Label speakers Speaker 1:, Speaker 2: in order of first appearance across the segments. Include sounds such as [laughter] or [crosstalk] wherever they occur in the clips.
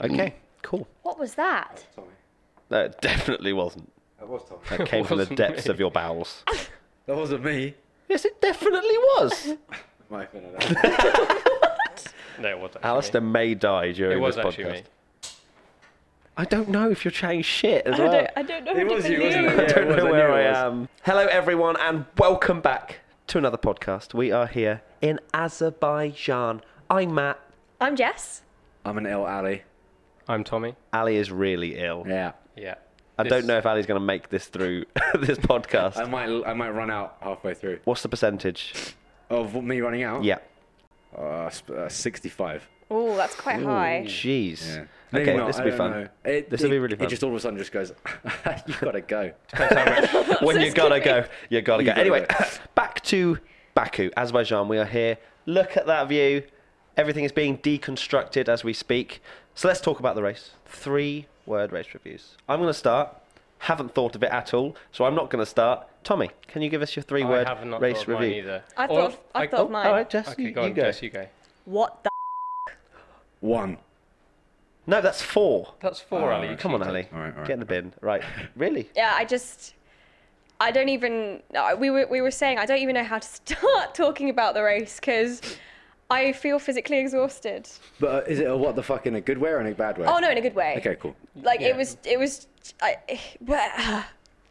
Speaker 1: Okay, cool.
Speaker 2: What was that?
Speaker 1: No, it definitely wasn't.
Speaker 3: That was Tom.
Speaker 1: That came from the depths of your bowels.
Speaker 3: That wasn't me.
Speaker 1: Yes, it definitely was.
Speaker 3: Might have been an
Speaker 4: No, it wasn't.
Speaker 1: Alistair may die during
Speaker 4: It was
Speaker 1: this
Speaker 4: actually
Speaker 1: podcast.
Speaker 4: me.
Speaker 1: I don't know if you're chatting shit as
Speaker 5: I
Speaker 1: well.
Speaker 5: don't,
Speaker 1: [laughs]
Speaker 5: I don't know who
Speaker 3: It was
Speaker 5: to
Speaker 3: you, wasn't
Speaker 5: believe.
Speaker 3: it? Yeah,
Speaker 1: don't
Speaker 3: it was.
Speaker 1: know
Speaker 3: I
Speaker 1: where
Speaker 3: knew
Speaker 1: I
Speaker 3: it was.
Speaker 1: am. Hello, everyone, and welcome back to another podcast. We are here in Azerbaijan. I'm Matt.
Speaker 2: I'm Jess.
Speaker 3: I'm an ill alley.
Speaker 4: I'm Tommy.
Speaker 1: Ali is really ill.
Speaker 3: Yeah.
Speaker 4: Yeah.
Speaker 1: I don't know if Ali's going to make this through [laughs] this podcast.
Speaker 3: I might I might run out halfway through.
Speaker 1: What's the percentage?
Speaker 3: Of me running out?
Speaker 1: Yeah.
Speaker 3: Uh, sp- uh, 65.
Speaker 5: Oh, that's quite high.
Speaker 1: Jeez.
Speaker 3: Yeah.
Speaker 1: Okay,
Speaker 3: Maybe not,
Speaker 1: this
Speaker 3: I
Speaker 1: will be
Speaker 3: don't
Speaker 1: fun.
Speaker 3: know. It-
Speaker 1: This will
Speaker 3: it-
Speaker 1: be really
Speaker 3: It
Speaker 1: fun.
Speaker 3: just all of a sudden just goes, [laughs] you gotta [laughs] go.
Speaker 1: [laughs] when you gotta
Speaker 3: [laughs]
Speaker 1: go, you gotta go.
Speaker 3: You gotta
Speaker 1: anyway,
Speaker 3: go.
Speaker 1: [laughs] back to Baku, Azerbaijan. We are here. Look at that view. Everything is being deconstructed as we speak. So let's talk about the race. Three word race reviews. I'm going to start. Haven't thought of it at all, so I'm not going to start. Tommy, can you give us your three
Speaker 4: I
Speaker 1: word
Speaker 4: have not
Speaker 1: race
Speaker 4: thought of
Speaker 1: review?
Speaker 4: mine either.
Speaker 5: I
Speaker 4: Or-
Speaker 5: thought of- I
Speaker 4: like-
Speaker 5: thought of
Speaker 4: oh,
Speaker 5: mine.
Speaker 1: All right, Jess,
Speaker 4: Okay,
Speaker 1: you,
Speaker 4: go
Speaker 1: you
Speaker 4: on, Jess, you go.
Speaker 2: What the?
Speaker 3: One.
Speaker 1: No, that's four.
Speaker 4: That's four, Ali. you
Speaker 1: Uh, Come on,
Speaker 4: cheated.
Speaker 1: Ali.
Speaker 3: All right, all right,
Speaker 1: Get in the bin. Right.
Speaker 3: [laughs]
Speaker 1: Really?
Speaker 5: Yeah, I just. I don't even. I- We were, we were saying I don't even know how to start [laughs] talking about the race because I feel physically exhausted.
Speaker 3: But uh, is it a what the fuck in a good way or in a bad way?
Speaker 5: Oh no, in a good way.
Speaker 3: Okay, cool.
Speaker 5: Like
Speaker 4: Yeah.
Speaker 5: it was. It was. I. [sighs]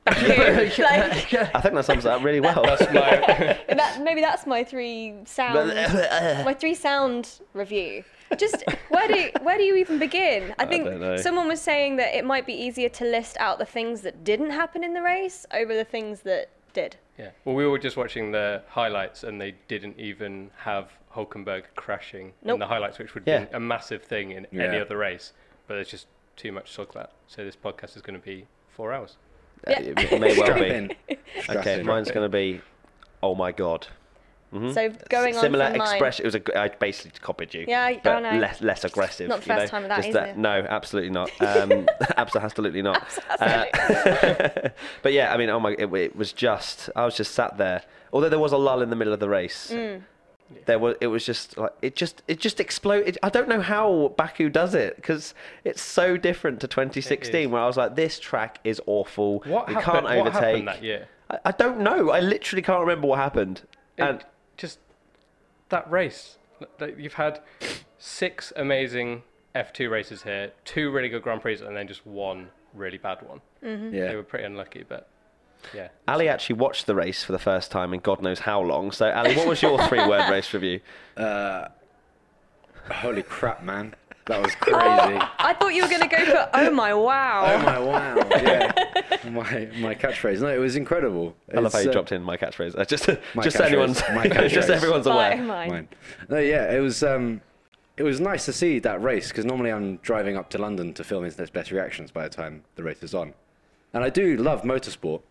Speaker 5: Back you. [sighs] like
Speaker 1: I think that sums it up really well.
Speaker 4: [laughs] No.
Speaker 5: that, maybe that's my three sound.
Speaker 1: uh,
Speaker 5: my three sound review. Just where do where do you even begin? I think
Speaker 1: don't know.
Speaker 5: someone was saying that it might be easier to list out the things that didn't happen in the race over the things that did.
Speaker 4: yeah. Well, we were just watching the highlights, and they didn't even have Hulkenberg crashing in
Speaker 5: Nope.
Speaker 4: the highlights, which would
Speaker 1: Yeah.
Speaker 4: be a massive thing in any
Speaker 3: Yeah.
Speaker 4: other race. But there's just too much soglat. So this podcast is going to be four hours.
Speaker 1: [laughs] it may well
Speaker 3: Strap
Speaker 1: be.
Speaker 3: in. Strap
Speaker 1: Okay,
Speaker 3: in.
Speaker 1: mine's going to be, oh my god.
Speaker 5: So going on
Speaker 1: similar
Speaker 5: from mine- [laughs]
Speaker 1: expression. It was a, I basically copied you.
Speaker 5: Yeah, I- I
Speaker 1: but
Speaker 5: know.
Speaker 1: Less, less aggressive.
Speaker 5: Not the
Speaker 1: you know?
Speaker 5: first time with that,
Speaker 1: Just
Speaker 5: is it?
Speaker 1: No, absolutely not.
Speaker 5: [laughs]
Speaker 1: Um, [laughs] absolutely not. Uh, [laughs] but yeah, I mean, oh my, it, it was just. I was just sat there. Although there was a lull in the middle of the race.
Speaker 5: Mm.
Speaker 1: There was. It was just like it just. It just exploded. I don't know how Baku does it because it's so different to 2016, where I was like, this track is awful.
Speaker 4: What
Speaker 1: we
Speaker 4: happened-
Speaker 1: can't
Speaker 4: what
Speaker 1: overtake.
Speaker 4: happened that year?
Speaker 1: I, I don't know. I literally can't remember what happened.
Speaker 4: and
Speaker 1: And
Speaker 4: just that race Like, you've had six amazing F2 races here, two really good Grand Prix, and then just one really bad one. They
Speaker 3: Yeah.
Speaker 4: were pretty unlucky, but yeah.
Speaker 1: Ali actually watched the race for the first time in God knows how long. So, Ali, what was
Speaker 5: [laughs]
Speaker 1: your three word race review?
Speaker 3: Holy crap, man. That was [laughs] crazy.
Speaker 5: Oh, I thought you were gonna go for oh my wow.
Speaker 3: Oh my [laughs] wow! Yeah, my my catchphrase. No, it was incredible.
Speaker 1: I love how you dropped in my catchphrase. Uh, [laughs] Just, just so
Speaker 3: catchphrase.
Speaker 1: anyone's, [laughs]
Speaker 3: My
Speaker 1: just
Speaker 3: catchphrase.
Speaker 1: everyone's
Speaker 5: Bye,
Speaker 1: aware.
Speaker 5: mine.
Speaker 3: Mine. No, yeah, it was um, it was nice to see that race because normally I'm driving up to London to film Internet's Best Reactions by the time the race is on, and I do love motorsport,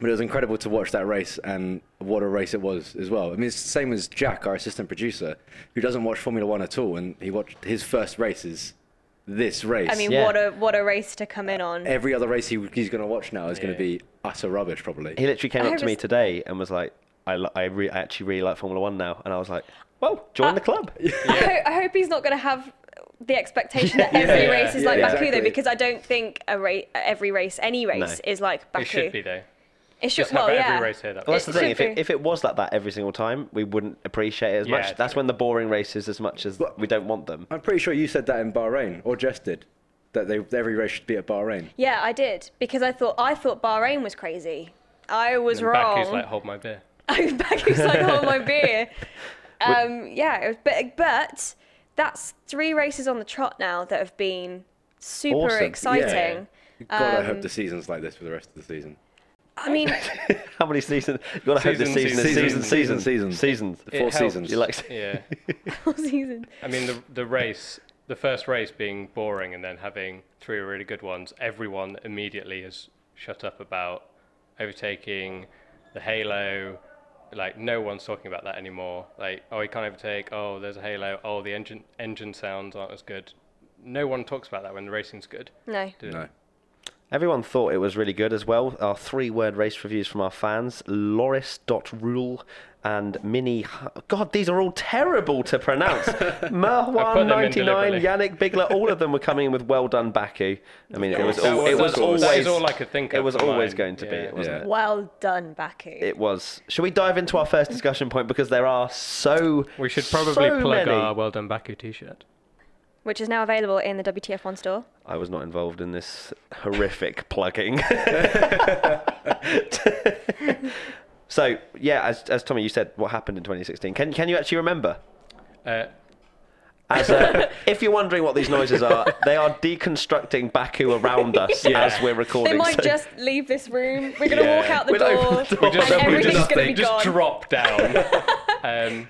Speaker 3: but it was incredible to watch that race and what a race it was as well. I mean, it's the same as Jack, our assistant producer, who doesn't watch Formula One at all, and he watched his first race is this race.
Speaker 5: I mean,
Speaker 1: Yeah.
Speaker 5: what a what a race to come in on.
Speaker 3: every other race he, he's going to watch now is going to be utter rubbish, probably.
Speaker 1: He literally came
Speaker 5: I
Speaker 1: up to me
Speaker 5: was-
Speaker 1: today and was like, I, li- I, re- I actually really like Formula One now. And I was like, well, join
Speaker 5: Uh,
Speaker 1: the
Speaker 5: [laughs]
Speaker 1: club.
Speaker 5: I, hope, I hope he's not going to have the expectation
Speaker 1: [laughs]
Speaker 5: that
Speaker 1: Yeah,
Speaker 5: every
Speaker 4: yeah,
Speaker 5: race is
Speaker 3: yeah,
Speaker 5: like
Speaker 3: yeah.
Speaker 5: Baku, though,
Speaker 3: exactly.
Speaker 5: because I don't think a race, every race, any race, is like Baku.
Speaker 4: It should be, though.
Speaker 5: It should.
Speaker 4: Just
Speaker 5: Well,
Speaker 4: have
Speaker 5: yeah.
Speaker 4: every race here. That
Speaker 1: Well, that's
Speaker 5: It
Speaker 1: the thing. If
Speaker 5: should
Speaker 1: it,
Speaker 5: be.
Speaker 1: if it was like that every single time, we wouldn't appreciate it as
Speaker 4: Yeah,
Speaker 1: much. That's
Speaker 4: true.
Speaker 1: when the boring races, as much as we don't want them.
Speaker 3: I'm pretty sure you said that in Bahrain, or Jess did, that they, every race should be at Bahrain.
Speaker 5: Yeah, I did because I thought I thought Bahrain was crazy. I was wrong. Oh,
Speaker 4: Baku's
Speaker 5: [laughs]
Speaker 4: like, hold my beer.
Speaker 5: Baku's like, hold
Speaker 1: [laughs]
Speaker 5: my beer. Um, yeah, it was, but but that's three races on the trot now that have been super
Speaker 1: Awesome. Yeah.
Speaker 5: exciting.
Speaker 3: God, I hope the season's like this for the rest of the season.
Speaker 5: I
Speaker 1: [laughs]
Speaker 5: mean, [laughs]
Speaker 1: How many seasons? You've got to hope this
Speaker 4: Seasons,
Speaker 1: season is season,
Speaker 4: seasons,
Speaker 1: season,
Speaker 3: seasons, seasons.
Speaker 1: Seasons.
Speaker 3: The four
Speaker 4: helped.
Speaker 3: seasons.
Speaker 1: You like
Speaker 4: Yeah.
Speaker 5: all season.
Speaker 4: I mean, the, the race, the the first race being boring and then having three really good ones, everyone immediately has shut up about overtaking the halo. Like no one's talking about that anymore. Like oh, you can't overtake. Oh, there's a halo. Oh, the engine engine sounds aren't as good. No one talks about that when the racing's good.
Speaker 5: No.
Speaker 4: do they?
Speaker 3: No.
Speaker 1: Everyone thought it was really good as well. Our three word race reviews from our fans Loris.rule and Mini. God, these are all terrible to
Speaker 4: [laughs]
Speaker 1: pronounce.
Speaker 4: I put them in
Speaker 1: Marwan99,
Speaker 4: deliberately.
Speaker 1: Yannick Bigler, all of them were coming in with well done, Baku. I mean, it was, all, it was
Speaker 4: That was-
Speaker 1: always.
Speaker 4: that is all I could think
Speaker 1: It
Speaker 4: of
Speaker 1: was
Speaker 4: for
Speaker 1: always
Speaker 4: mine.
Speaker 1: going to be,
Speaker 4: Yeah.
Speaker 1: it wasn't
Speaker 3: Yeah.
Speaker 1: it?
Speaker 5: Well done, Baku.
Speaker 1: It was. Should we dive into our first discussion point? Because there are so.
Speaker 4: We should probably
Speaker 1: so
Speaker 4: plug
Speaker 1: many.
Speaker 4: our well done Baku t-shirt.
Speaker 5: Which is now available in the WTF1 store.
Speaker 1: I was not involved in this
Speaker 4: [laughs]
Speaker 1: horrific plugging. so yeah, as, as Tommy, you said, what happened in 2016? Can can you actually remember?
Speaker 4: Uh,
Speaker 1: As,
Speaker 4: [laughs]
Speaker 1: uh, if you're wondering what these noises are, they are deconstructing Baku around
Speaker 4: [laughs]
Speaker 1: us as we're recording.
Speaker 5: They might
Speaker 1: so-
Speaker 5: just leave this room. We're gonna
Speaker 4: Yeah.
Speaker 5: walk out the
Speaker 1: We'd
Speaker 5: door,
Speaker 1: open the door.
Speaker 4: just,
Speaker 5: and
Speaker 4: we
Speaker 5: everything's
Speaker 4: just,
Speaker 5: gonna be
Speaker 4: just
Speaker 5: gone. [laughs]
Speaker 4: drop down. um,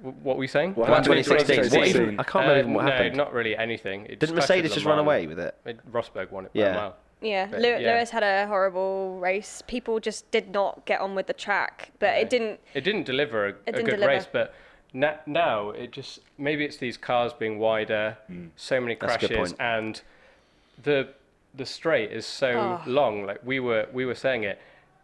Speaker 4: w- what were you saying?
Speaker 3: What
Speaker 1: About
Speaker 3: happened in
Speaker 1: 2016. What
Speaker 3: 2016?
Speaker 1: even- I can't remember
Speaker 4: Uh,
Speaker 1: even what
Speaker 4: no,
Speaker 1: happened.
Speaker 4: not really anything.
Speaker 1: Didn't
Speaker 4: It clashed with
Speaker 1: Mercedes just
Speaker 4: Le
Speaker 1: run
Speaker 4: Mans.
Speaker 1: away with it?
Speaker 4: It- Rosberg won it by
Speaker 1: Yeah.
Speaker 4: a mile.
Speaker 5: Yeah,
Speaker 4: But,
Speaker 5: Lew-
Speaker 4: yeah.
Speaker 5: Lewis had a horrible race. People just did not get on with the track, but it didn't.
Speaker 4: It didn't deliver a, a
Speaker 5: didn't
Speaker 4: good
Speaker 5: deliver.
Speaker 4: race, but na- now it just maybe it's these cars being wider, so many
Speaker 1: Hmm. That's a good
Speaker 4: crashes,
Speaker 1: point.
Speaker 4: and the the straight is
Speaker 5: Ah.
Speaker 4: so long. Like we were we were saying it,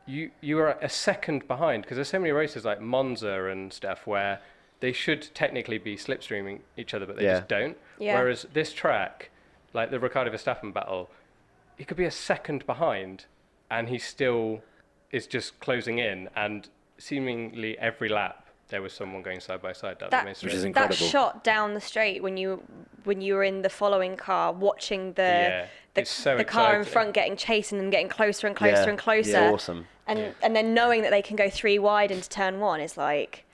Speaker 4: you you are a second behind because there's so many races like Monza and stuff where they should technically be slipstreaming each other, but they
Speaker 1: Yeah.
Speaker 4: just don't.
Speaker 5: Yeah.
Speaker 4: Whereas this track, like the Ricardo Verstappen battle, he could be a second behind, and he still is just closing in. And seemingly every lap, there was someone going side by side down
Speaker 5: That,
Speaker 4: the main
Speaker 3: Which is
Speaker 4: straight.
Speaker 5: that
Speaker 3: incredible.
Speaker 5: shot down the straight when you when you were in the following car, watching the
Speaker 4: Yeah,
Speaker 5: the,
Speaker 4: it's so
Speaker 5: the car in
Speaker 4: exciting.
Speaker 5: front getting chased and them getting closer and closer
Speaker 1: Yeah,
Speaker 5: and closer.
Speaker 1: yeah, awesome.
Speaker 5: And and then knowing that they can go three wide into turn one is like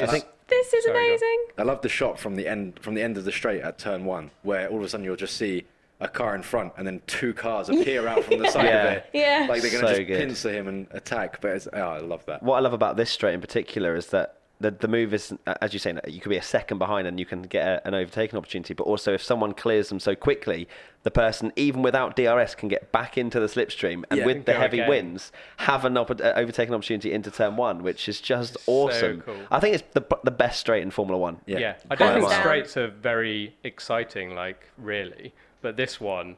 Speaker 1: I think
Speaker 5: this is
Speaker 4: Sorry, go on.
Speaker 5: amazing.
Speaker 3: I love the shot from the end from the end of the straight at turn one, where all of a sudden you'll just see a car in front and then two cars appear out from the side
Speaker 1: Yeah.
Speaker 3: of it.
Speaker 5: Yeah.
Speaker 3: Like they're gonna
Speaker 1: So
Speaker 3: just
Speaker 1: good.
Speaker 3: pincer him and attack. But it's, oh, I love that.
Speaker 1: what I love about this straight in particular is that the, the move is, as you say, you could be a second behind and you can get a, an overtaking opportunity. But also, if someone clears them so quickly, the person, even without DRS, can get back into the slipstream and
Speaker 3: Yeah.
Speaker 1: with the
Speaker 4: Go
Speaker 1: heavy
Speaker 4: again.
Speaker 1: winds have an op- uh, overtaking opportunity into turn one, which is just awesome.
Speaker 4: cool.
Speaker 1: I think it's the the best straight in Formula One.
Speaker 4: Yeah,
Speaker 3: Yeah.
Speaker 4: I don't
Speaker 1: Hands
Speaker 4: think
Speaker 5: down.
Speaker 4: straights are very exciting, like really. But this one,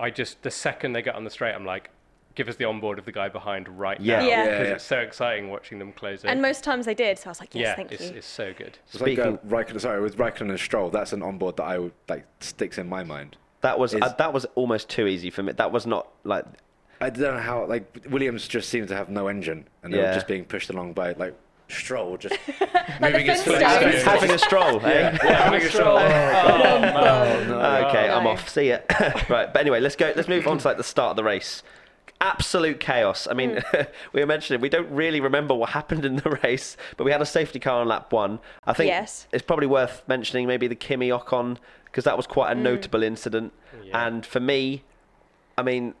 Speaker 4: I just the second they get on the straight, I'm like, give us the onboard of the guy behind right
Speaker 1: Yeah.
Speaker 4: now
Speaker 5: Yeah.
Speaker 4: because
Speaker 3: Yeah, yeah.
Speaker 4: it's so exciting watching them close in.
Speaker 5: And most times they did, so I was like, yes,
Speaker 4: yeah,
Speaker 5: thank
Speaker 4: it's,
Speaker 5: you.
Speaker 4: it's so good.
Speaker 3: It's like uh,
Speaker 1: Speaking-
Speaker 3: Raikkonen, sorry, with Raikkonen and Stroll, that's an onboard that I would like sticks in my mind.
Speaker 1: That was
Speaker 3: Is-
Speaker 1: uh, that was almost too easy for me. That was not like
Speaker 3: I don't know how like Williams just seemed to have no engine and they were
Speaker 1: Yeah.
Speaker 3: just being pushed along by like Stroll just
Speaker 5: Like the
Speaker 4: Moving his
Speaker 5: Flintstones.
Speaker 4: foot. Yeah.
Speaker 1: having a stroll. eh? [laughs] Oh, Okay, I'm
Speaker 4: Oh.
Speaker 5: No.
Speaker 1: off. See ya. [laughs] right, but anyway, let's go. Let's move on to like the start of the race. Absolute chaos. I mean, [laughs] we were mentioning we don't really remember what happened in the [laughs] race, but we had a safety car on lap one. I think
Speaker 5: Yes.
Speaker 1: it's probably worth mentioning maybe the Kimi Ocon because that was quite a notable incident.
Speaker 4: Yeah.
Speaker 1: And for me, I mean,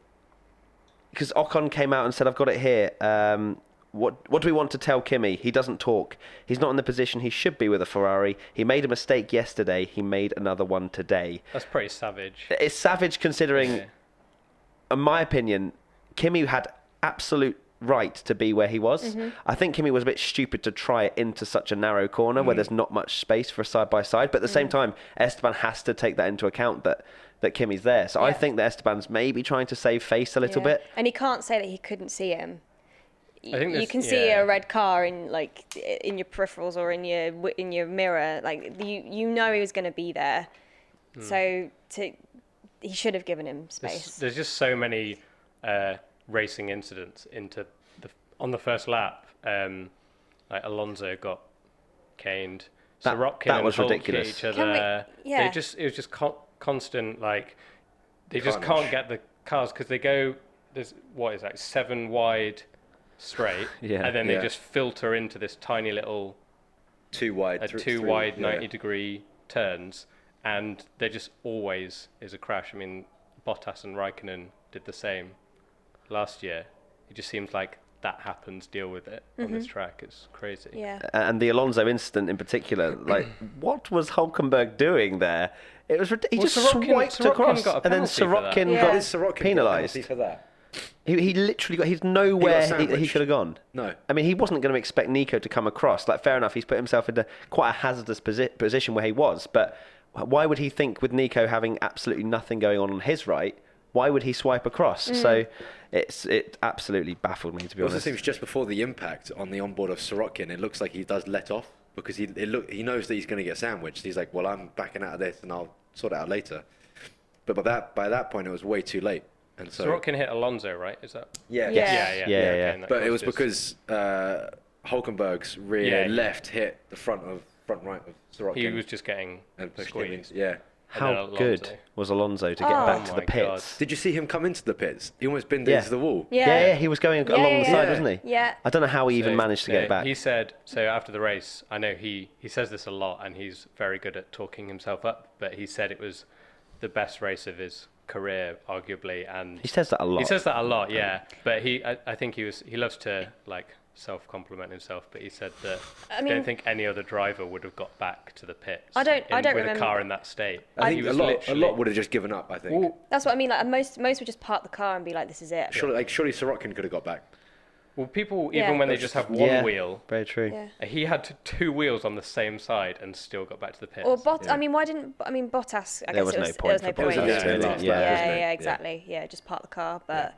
Speaker 1: because Ocon came out and said, "I've got it here." Um, what what do we want to tell Kimi? He doesn't talk. He's not in the position he should be with a Ferrari. He made a mistake yesterday. He made another one today.
Speaker 4: That's pretty savage.
Speaker 1: It's savage considering,
Speaker 4: Yeah.
Speaker 1: in my opinion, Kimi had absolute right to be where he was.
Speaker 5: Mm-hmm.
Speaker 1: I think Kimi was a bit stupid to try it into such a narrow corner
Speaker 5: Mm.
Speaker 1: where there's not much space for a side by side. But at the same time, Esteban has to take that into account that that Kimi's there. So I
Speaker 5: Yeah.
Speaker 1: think that Esteban's maybe trying to save face a little
Speaker 5: Yeah.
Speaker 1: bit.
Speaker 5: And he can't say that he couldn't see him. Y-
Speaker 4: I think
Speaker 5: you
Speaker 4: this-
Speaker 5: can see
Speaker 4: yeah.
Speaker 5: a red car in like i- in your peripherals or in your wi- in your mirror. Like you you know he was going to be there,
Speaker 4: Hmm.
Speaker 5: so to he should have given him
Speaker 4: There's,
Speaker 5: space.
Speaker 4: there's just so many uh, racing incidents into the on the first lap. Um, like Alonso got caned.
Speaker 1: That-
Speaker 4: Sirotkin
Speaker 1: that
Speaker 4: and
Speaker 1: was
Speaker 4: Hulk hit
Speaker 1: ridiculous.
Speaker 4: Each
Speaker 1: Can
Speaker 5: we-
Speaker 4: other.
Speaker 5: yeah.
Speaker 4: They just it was just con- constant like they just
Speaker 3: Carnage.
Speaker 4: can't get the cars because they go there's what is that seven wide straight
Speaker 1: [laughs] Yeah.
Speaker 4: and then they
Speaker 3: Yeah.
Speaker 4: just filter into this tiny little
Speaker 3: too wide.
Speaker 4: a
Speaker 3: thr-
Speaker 4: two
Speaker 3: three-
Speaker 4: wide
Speaker 3: yeah.
Speaker 4: 90 degree turns, and there just always is a crash. I mean, Bottas and Raikkonen did the same last year. It just seems like that happens, deal with it on this track. It's crazy.
Speaker 5: Yeah.
Speaker 1: uh, and the Alonso incident in
Speaker 5: [clears throat]
Speaker 1: particular, like what was Hulkenberg doing there? It was rid- he
Speaker 4: Well,
Speaker 1: just
Speaker 4: Sorokin-
Speaker 1: swiped
Speaker 4: Sorokin
Speaker 1: across,
Speaker 4: got a
Speaker 1: and then
Speaker 4: penalty for that.
Speaker 1: Sorokin
Speaker 5: Yeah.
Speaker 1: got
Speaker 5: What
Speaker 3: Is Sorokin
Speaker 1: penalised.
Speaker 3: penalty for that?
Speaker 1: He, he literally got. He's nowhere he, he,
Speaker 3: sandwiched.
Speaker 1: should have gone.
Speaker 3: No.
Speaker 1: I mean, he wasn't going to expect Nico to come across. Like, fair enough, he's put himself into quite a hazardous posi- position where he was. But why would he think with Nico having absolutely nothing going on on his right? Why would he swipe across?
Speaker 5: Mm.
Speaker 1: So, it's it absolutely baffled me to be
Speaker 3: It also
Speaker 1: honest.
Speaker 3: seems just before the impact on the onboard of Sorokin, it looks like he does let off because he it look he knows that he's going to get sandwiched. He's like, "Well, I'm backing out of this, and I'll sort it out later." But by that by that point, it was way too late, and so
Speaker 4: Sorokin hit Alonso, right? Is that?
Speaker 3: yeah,
Speaker 5: Yeah.
Speaker 4: Yeah, yeah,
Speaker 1: Yeah, yeah.
Speaker 4: okay, and that
Speaker 3: But it was
Speaker 4: caused this-
Speaker 3: because uh, Hulkenberg's rear
Speaker 4: Yeah, yeah.
Speaker 3: left hit the front of front right of Sorokin.
Speaker 4: he was just getting
Speaker 3: and pushed him
Speaker 4: squeezed.
Speaker 3: into- yeah.
Speaker 4: and
Speaker 1: How
Speaker 4: then
Speaker 1: good
Speaker 4: Alonso.
Speaker 1: was Alonso to get
Speaker 5: Oh.
Speaker 1: back to
Speaker 4: Oh
Speaker 1: the
Speaker 4: my God.
Speaker 1: pits?
Speaker 3: Did you see him come into the pits? He almost binned
Speaker 1: Yeah.
Speaker 3: into the wall.
Speaker 5: Yeah.
Speaker 1: Yeah, yeah, he was going
Speaker 5: Yeah,
Speaker 1: along
Speaker 5: yeah,
Speaker 1: the side,
Speaker 5: yeah.
Speaker 1: wasn't he?
Speaker 5: Yeah.
Speaker 1: I don't know how he even
Speaker 4: So,
Speaker 1: managed to
Speaker 4: yeah,
Speaker 1: get back.
Speaker 4: He said so after the race. I know he he says this a lot, and he's very good at talking himself up. But he said it was the best race of his career, arguably, and
Speaker 1: He says that a lot.
Speaker 4: he says that a lot. Yeah, but he I, I think he was he loves to like self compliment himself. But he said that I,
Speaker 5: mean-
Speaker 4: don't think any other driver would have got back to the pits.
Speaker 5: I don't-
Speaker 4: in,
Speaker 5: I don't
Speaker 4: with
Speaker 5: remember-
Speaker 4: a car in that state.
Speaker 3: I
Speaker 4: He
Speaker 3: think a
Speaker 4: was
Speaker 3: lot, a
Speaker 4: literally-
Speaker 3: lot would have just given up. I think.
Speaker 5: That's what I mean. Like most, most would just park the car and be like, "This is it."
Speaker 3: Surely, like surely Sorokin could have got back.
Speaker 4: Well, people
Speaker 5: Yeah.
Speaker 4: even when they just have one
Speaker 1: Yeah,
Speaker 4: wheel.
Speaker 1: Very true.
Speaker 5: Yeah.
Speaker 4: He had t- two wheels on the same side and still got back to the pits.
Speaker 5: Or Bot. I mean, why didn't? I mean, Bottas. I
Speaker 1: There
Speaker 5: guess
Speaker 1: was
Speaker 5: it
Speaker 1: no
Speaker 5: was,
Speaker 1: point
Speaker 5: There was
Speaker 1: for
Speaker 5: no
Speaker 1: Bottas
Speaker 5: point.
Speaker 1: to
Speaker 5: Yeah,
Speaker 1: do
Speaker 5: yeah,
Speaker 1: that, yeah.
Speaker 5: yeah,
Speaker 3: Yeah.
Speaker 5: exactly. Yeah, just park the car. But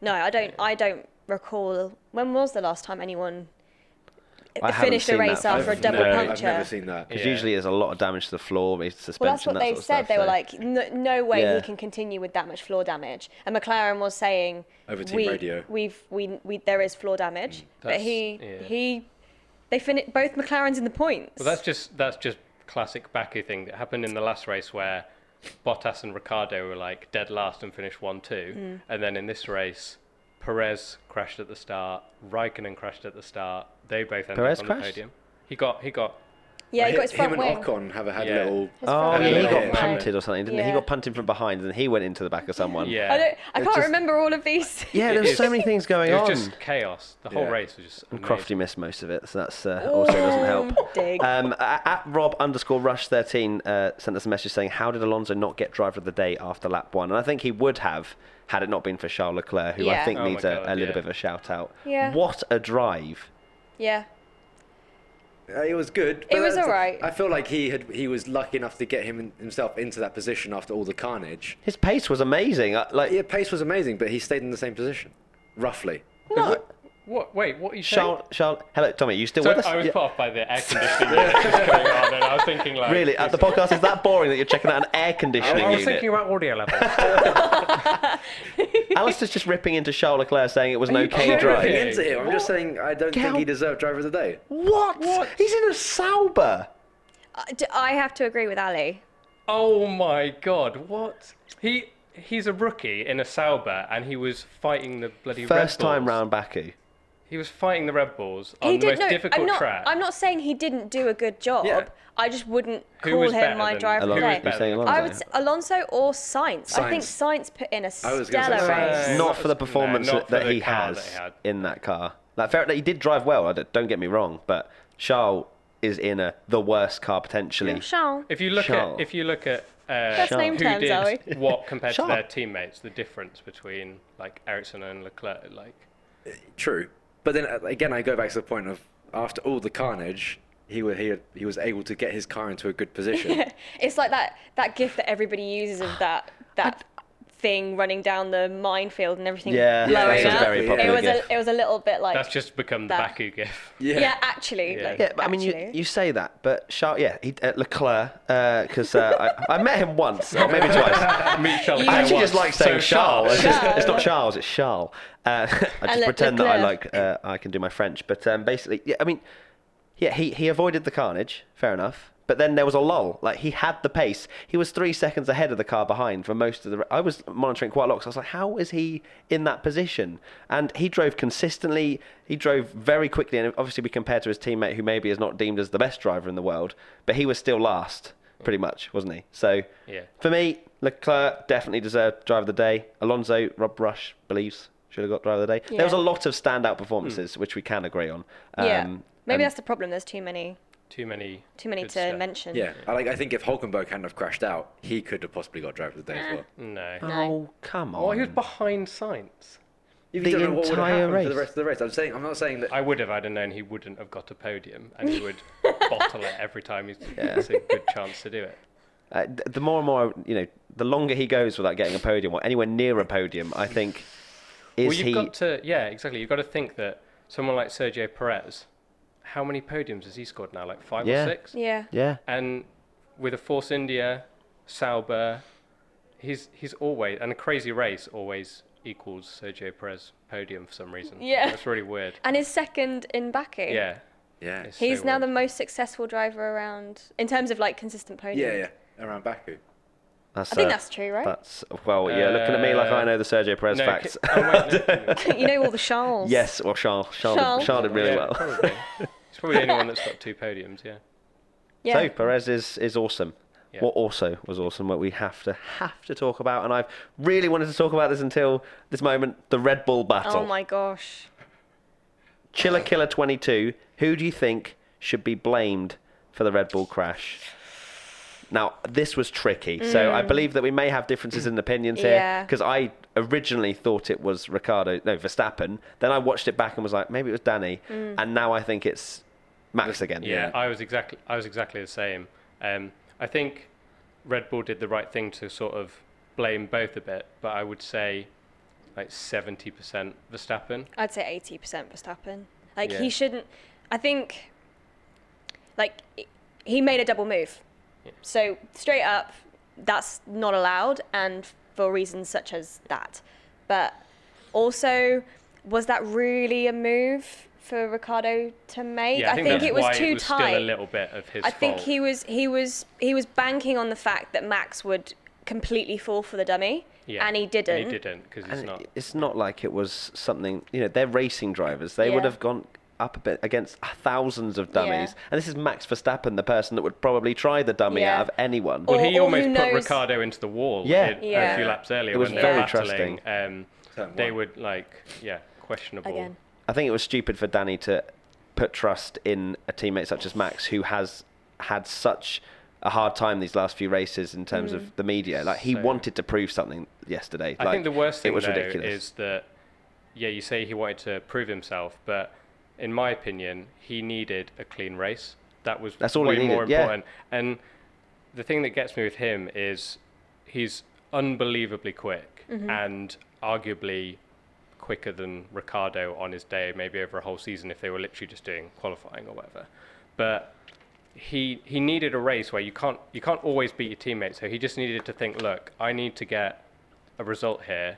Speaker 5: no, I don't. I don't recall. When was the last time anyone
Speaker 1: I haven't
Speaker 5: finished a
Speaker 1: seen that
Speaker 5: race after a
Speaker 1: from-
Speaker 5: double
Speaker 4: no, I've
Speaker 3: I've
Speaker 5: puncture?
Speaker 3: never seen that.
Speaker 1: Because
Speaker 4: Yeah.
Speaker 1: usually there's a lot of damage to the floor, it's suspension.
Speaker 5: Well, that's what
Speaker 1: that
Speaker 5: they
Speaker 1: sort of
Speaker 5: said.
Speaker 1: stuff,
Speaker 5: they were
Speaker 1: so-
Speaker 5: like, no, no way
Speaker 1: Yeah.
Speaker 5: we can continue with that much floor damage. And McLaren was saying,
Speaker 3: Over team
Speaker 5: we,
Speaker 3: radio.
Speaker 5: We've, we, we, there is floor damage. but
Speaker 4: That's-
Speaker 5: he,
Speaker 4: yeah.
Speaker 5: he, they finished both McLarens in the points.
Speaker 4: Well, that's just that's just classic Baku thing that happened in the last race where Bottas and Ricardo were like dead last and finished one two, and then in this race, Perez crashed at the start, Raikkonen crashed at the start. They both ended
Speaker 1: Perez
Speaker 4: up on
Speaker 1: crashed?
Speaker 4: the podium. He got he got
Speaker 5: yeah, he
Speaker 3: Hi-
Speaker 5: got his front
Speaker 3: him
Speaker 5: wing.
Speaker 3: and Ocon have a had
Speaker 4: Yeah.
Speaker 3: a little.
Speaker 5: His
Speaker 1: Oh,
Speaker 5: front
Speaker 1: yeah,
Speaker 5: wing.
Speaker 1: he
Speaker 3: Yeah.
Speaker 1: got
Speaker 3: Yeah.
Speaker 1: punted or something, didn't he?
Speaker 5: Yeah.
Speaker 1: He got punted from behind and he went into the back of someone.
Speaker 4: yeah.
Speaker 5: I, don't, I can't
Speaker 1: just-
Speaker 5: remember all of these.
Speaker 1: Yeah,
Speaker 4: It
Speaker 1: there's
Speaker 4: is-
Speaker 1: so many things going
Speaker 4: it was
Speaker 1: on.
Speaker 4: just chaos. The whole
Speaker 3: Yeah.
Speaker 4: race was just
Speaker 1: And
Speaker 4: amazing.
Speaker 1: Crofty missed most of it, so that's uh, also
Speaker 5: Oh.
Speaker 1: doesn't help.
Speaker 5: [laughs] dig.
Speaker 1: Um, a- at Rob underscore Rush thirteen uh, sent us a message saying, "How did Alonso not get driver of the day after lap one?" And I think he would have had it not been for Charles Leclerc, who I
Speaker 5: Yeah.
Speaker 1: think
Speaker 4: Oh my
Speaker 1: needs a,
Speaker 4: God,
Speaker 1: a little
Speaker 4: yeah.
Speaker 1: bit of a shout out.
Speaker 5: Yeah.
Speaker 1: What a drive!
Speaker 5: yeah.
Speaker 3: Uh, It was good.
Speaker 5: It
Speaker 3: but
Speaker 5: was
Speaker 3: that's-
Speaker 5: alright.
Speaker 3: I feel like he had he was lucky enough to get him himself into that position after all the carnage.
Speaker 1: His pace was amazing. I- Like
Speaker 3: Yeah, pace was amazing, but he stayed in the same position, roughly.
Speaker 4: What? Wait, what are you saying?
Speaker 1: Charles, Charles, hello, Tommy, you still
Speaker 4: So
Speaker 1: with us?
Speaker 4: I was
Speaker 1: Yeah.
Speaker 4: put off by the air conditioning unit that was going on, and I was thinking like
Speaker 1: Really, at the podcast is that boring that you're checking out an air conditioning
Speaker 4: I was
Speaker 1: unit?
Speaker 4: thinking about audio levels. [laughs]
Speaker 1: Alistair's just ripping into Charles Leclerc saying it was an
Speaker 4: Are you
Speaker 1: okay
Speaker 4: kidding
Speaker 1: drive.
Speaker 4: me?
Speaker 3: Into him. I'm just saying I don't think
Speaker 1: Gal-
Speaker 3: he deserved driver of the day.
Speaker 1: What? He's in a Sauber.
Speaker 5: I- d- I have to agree with Ali.
Speaker 4: Oh my god, what? He he's a rookie in a Sauber and he was fighting the bloody
Speaker 1: First
Speaker 4: Red Bulls.
Speaker 1: time round Baku.
Speaker 4: He was fighting the Red Bulls on
Speaker 5: he
Speaker 4: the
Speaker 5: did
Speaker 4: most
Speaker 5: no.
Speaker 4: difficult
Speaker 5: I'm not.
Speaker 4: track.
Speaker 5: I'm not saying he didn't do a good job.
Speaker 3: Yeah.
Speaker 5: I just wouldn't
Speaker 4: Who
Speaker 5: call
Speaker 4: was
Speaker 5: him
Speaker 4: better
Speaker 5: my
Speaker 4: than-
Speaker 5: driver
Speaker 4: who
Speaker 5: of
Speaker 1: Alonso.
Speaker 5: the
Speaker 4: was
Speaker 5: day.
Speaker 1: You're saying
Speaker 4: I
Speaker 1: Alonso.
Speaker 5: I would say Alonso or Science. I think Science put in a
Speaker 3: I was gonna say
Speaker 5: stellar
Speaker 3: Sainz.
Speaker 5: race.
Speaker 4: Uh,
Speaker 1: not for the
Speaker 4: no,
Speaker 1: performance
Speaker 4: not for
Speaker 1: that,
Speaker 4: the
Speaker 1: he
Speaker 4: car
Speaker 1: has
Speaker 4: that he had.
Speaker 1: in that car. Like, fair, like, he did drive well. I don't, don't get me wrong, but Charles is in a the worst car potentially.
Speaker 5: Sean.
Speaker 4: if you look
Speaker 1: Charles.
Speaker 4: at if you look at uh,
Speaker 1: Charles.
Speaker 5: name
Speaker 4: who
Speaker 5: terms, are we?
Speaker 4: did [laughs] what compared to their
Speaker 1: Charles.
Speaker 4: teammates, the difference between like Ericsson and Leclerc, like
Speaker 3: True, but then uh, again, I go back to the point of after all the carnage, he was he, he was able to get his car into a
Speaker 5: [laughs]
Speaker 3: good [laughs] position.
Speaker 5: It's like that that gif that everybody uses of that that thing running down the minefield and everything
Speaker 1: Yeah,
Speaker 5: blowing
Speaker 1: that's a
Speaker 5: up.
Speaker 1: very popular
Speaker 5: it was
Speaker 1: gif.
Speaker 5: a it was a little bit like
Speaker 4: that's just become the
Speaker 5: That-
Speaker 4: Baku gif.
Speaker 5: yeah. actually.
Speaker 4: Yeah.
Speaker 5: Like,
Speaker 1: Yeah, but I mean, you,
Speaker 5: actually.
Speaker 1: you say that, but Charles, yeah, he, uh, Leclerc, because uh, I, I met him once, or maybe twice.
Speaker 4: [laughs] Meet Charles
Speaker 1: I
Speaker 4: Leclerc
Speaker 1: actually just
Speaker 4: once.
Speaker 1: like saying
Speaker 4: So
Speaker 1: Charles. It's, just-
Speaker 5: Charles.
Speaker 1: it's not Charles, it's Charles. Uh, [laughs] I just
Speaker 5: Le-
Speaker 1: pretend that I
Speaker 5: Leclerc.
Speaker 1: like uh, I can do my French, but um, basically, yeah, I mean, yeah, he he avoided the carnage, fair enough. But then there was a lull. Like he had the pace. He was three seconds ahead of the car behind for most of the. I was monitoring quite a lot. 'cause I was like, how is he in that position? And he drove consistently. He drove very quickly, and obviously, we compared to his teammate, who maybe is not deemed as the best driver in the world, but he was still last, pretty much, wasn't he? So
Speaker 4: Yeah.
Speaker 1: for me, Leclerc definitely deserved driver of the day. Alonso, Rob Rush believes. should have got driver of the day. There was a
Speaker 5: Yeah.
Speaker 1: lot of standout performances, which we can agree on. Um,
Speaker 5: yeah. Maybe
Speaker 1: and-
Speaker 5: that's the problem. There's too many,
Speaker 4: Too many.
Speaker 5: too many
Speaker 4: good
Speaker 5: to
Speaker 4: stuff.
Speaker 5: mention.
Speaker 3: Yeah, I, like, I think if Hulkenberg hadn't have crashed out, he could have possibly got driver of the day as well.
Speaker 4: No.
Speaker 1: Oh come on!
Speaker 4: Oh, he was behind science.
Speaker 3: If
Speaker 1: The
Speaker 3: you don't know what would have
Speaker 1: entire
Speaker 3: happened for
Speaker 1: race.
Speaker 3: the rest of the race, I'm saying I'm not saying that.
Speaker 4: I would have had I known he wouldn't have got a podium, and he
Speaker 5: [laughs]
Speaker 4: would bottle it every time he's it's a good chance to do it.
Speaker 1: Uh, th- the more and more, you know, the longer he goes without getting a podium or anywhere near a podium, I think is
Speaker 4: well, you've
Speaker 1: he.
Speaker 4: got to, yeah, exactly. You've got to think that someone like Sergio Perez, how many podiums has he scored now? Like five
Speaker 1: Yeah.
Speaker 4: or six?
Speaker 5: Yeah.
Speaker 1: yeah,
Speaker 4: And with a Force India, Sauber, he's he's always and a crazy race always equals Sergio Perez podium for some reason.
Speaker 5: Yeah.
Speaker 4: that's really weird.
Speaker 5: [laughs] And his second in Baku.
Speaker 4: Yeah,
Speaker 3: Yeah,
Speaker 4: it's so
Speaker 5: He's now
Speaker 4: weird.
Speaker 5: the most successful driver around in terms of like consistent podium.
Speaker 3: yeah, yeah. Around Baku.
Speaker 1: that's,
Speaker 5: I think
Speaker 1: uh,
Speaker 5: that's true, right?
Speaker 1: That's well, yeah. looking at me like I
Speaker 4: Uh,
Speaker 1: know the Sergio Perez
Speaker 4: No, ki-
Speaker 1: facts.
Speaker 4: oh, wait, no,
Speaker 5: [laughs]
Speaker 4: no.
Speaker 5: you know all the
Speaker 1: [laughs]
Speaker 5: Charles.
Speaker 1: yes, well, Charles, Charles,
Speaker 5: Charles.
Speaker 1: Charles did [laughs] really
Speaker 4: oh, Yeah,
Speaker 1: well.
Speaker 4: Probably. He's probably the only one that's got two podiums. Yeah.
Speaker 5: Yeah.
Speaker 1: [laughs] So Perez is is awesome.
Speaker 4: Yeah.
Speaker 1: What also was awesome, what we have to have to talk about, and I've really wanted to talk about this until this moment: the Red Bull battle.
Speaker 5: Oh my gosh.
Speaker 1: Chiller Killer 22, who do you think should be blamed for the Red Bull crash? Now, this was tricky. So I believe that we may have differences in opinions here
Speaker 5: Mm. Yeah.
Speaker 1: because I originally thought it was Ricardo, no, Verstappen. Then I watched it back and was like, maybe it was Danny.
Speaker 5: Mm.
Speaker 1: And now I think it's Max again.
Speaker 4: Yeah,
Speaker 3: Yeah.
Speaker 4: I was exactly I was exactly the same. Um, I think Red Bull did the right thing to sort of blame both a bit, but I would say like seventy percent Verstappen.
Speaker 5: I'd say eighty percent Verstappen. Like
Speaker 4: Yeah.
Speaker 5: he shouldn't. I think. Like i- he made a double move, so straight up, that's not allowed, and for reasons such as that. But also, was that really a move for Ricardo to make?
Speaker 4: Yeah, I think, that's
Speaker 5: it was
Speaker 4: why
Speaker 5: too
Speaker 4: it was
Speaker 5: tight.
Speaker 4: still a little bit of his
Speaker 5: I
Speaker 4: fault.
Speaker 5: think he was he was he was banking on the fact that Max would completely fall for the dummy,
Speaker 4: Yeah,
Speaker 5: and he didn't.
Speaker 4: he didn't because he's
Speaker 1: And
Speaker 4: not.
Speaker 1: it's not like it was something, you know, they're racing drivers. They would
Speaker 5: Yeah.
Speaker 1: have gone up a bit against thousands of dummies.
Speaker 5: Yeah.
Speaker 1: And this is Max Verstappen, the person that would probably try the dummy
Speaker 5: Yeah.
Speaker 1: out of anyone.
Speaker 4: Well,
Speaker 5: Or-
Speaker 4: he
Speaker 5: or
Speaker 4: almost
Speaker 5: who
Speaker 4: put
Speaker 5: knows-
Speaker 4: Ricardo into the wall.
Speaker 1: Yeah.
Speaker 4: in- a
Speaker 5: Yeah.
Speaker 4: few laps earlier
Speaker 1: It was
Speaker 4: when they
Speaker 1: very
Speaker 4: were battling.
Speaker 1: trusting.
Speaker 4: Um,
Speaker 3: Turn
Speaker 4: they
Speaker 3: one.
Speaker 4: would like yeah questionable.
Speaker 5: Again.
Speaker 1: I think it was stupid for Danny to put trust in a teammate such as Max, who has had such a hard time these last few races in terms
Speaker 5: Mm.
Speaker 1: of the media. Like he
Speaker 4: So-
Speaker 1: wanted to prove something yesterday.
Speaker 4: I
Speaker 1: like,
Speaker 4: think the worst thing
Speaker 1: it was
Speaker 4: though
Speaker 1: ridiculous.
Speaker 4: is that yeah, you say he wanted to prove himself, but in my opinion, he needed a clean race. That was
Speaker 1: That's all he
Speaker 4: way more
Speaker 1: needed, yeah.
Speaker 4: important. And the thing that gets me with him is he's unbelievably quick and arguably quicker than Ricardo on his day, maybe over a whole season if they were literally just doing qualifying or whatever. But he he needed a race where you can't you can't always beat your teammates. So he just needed to think, look, I need to get a result here.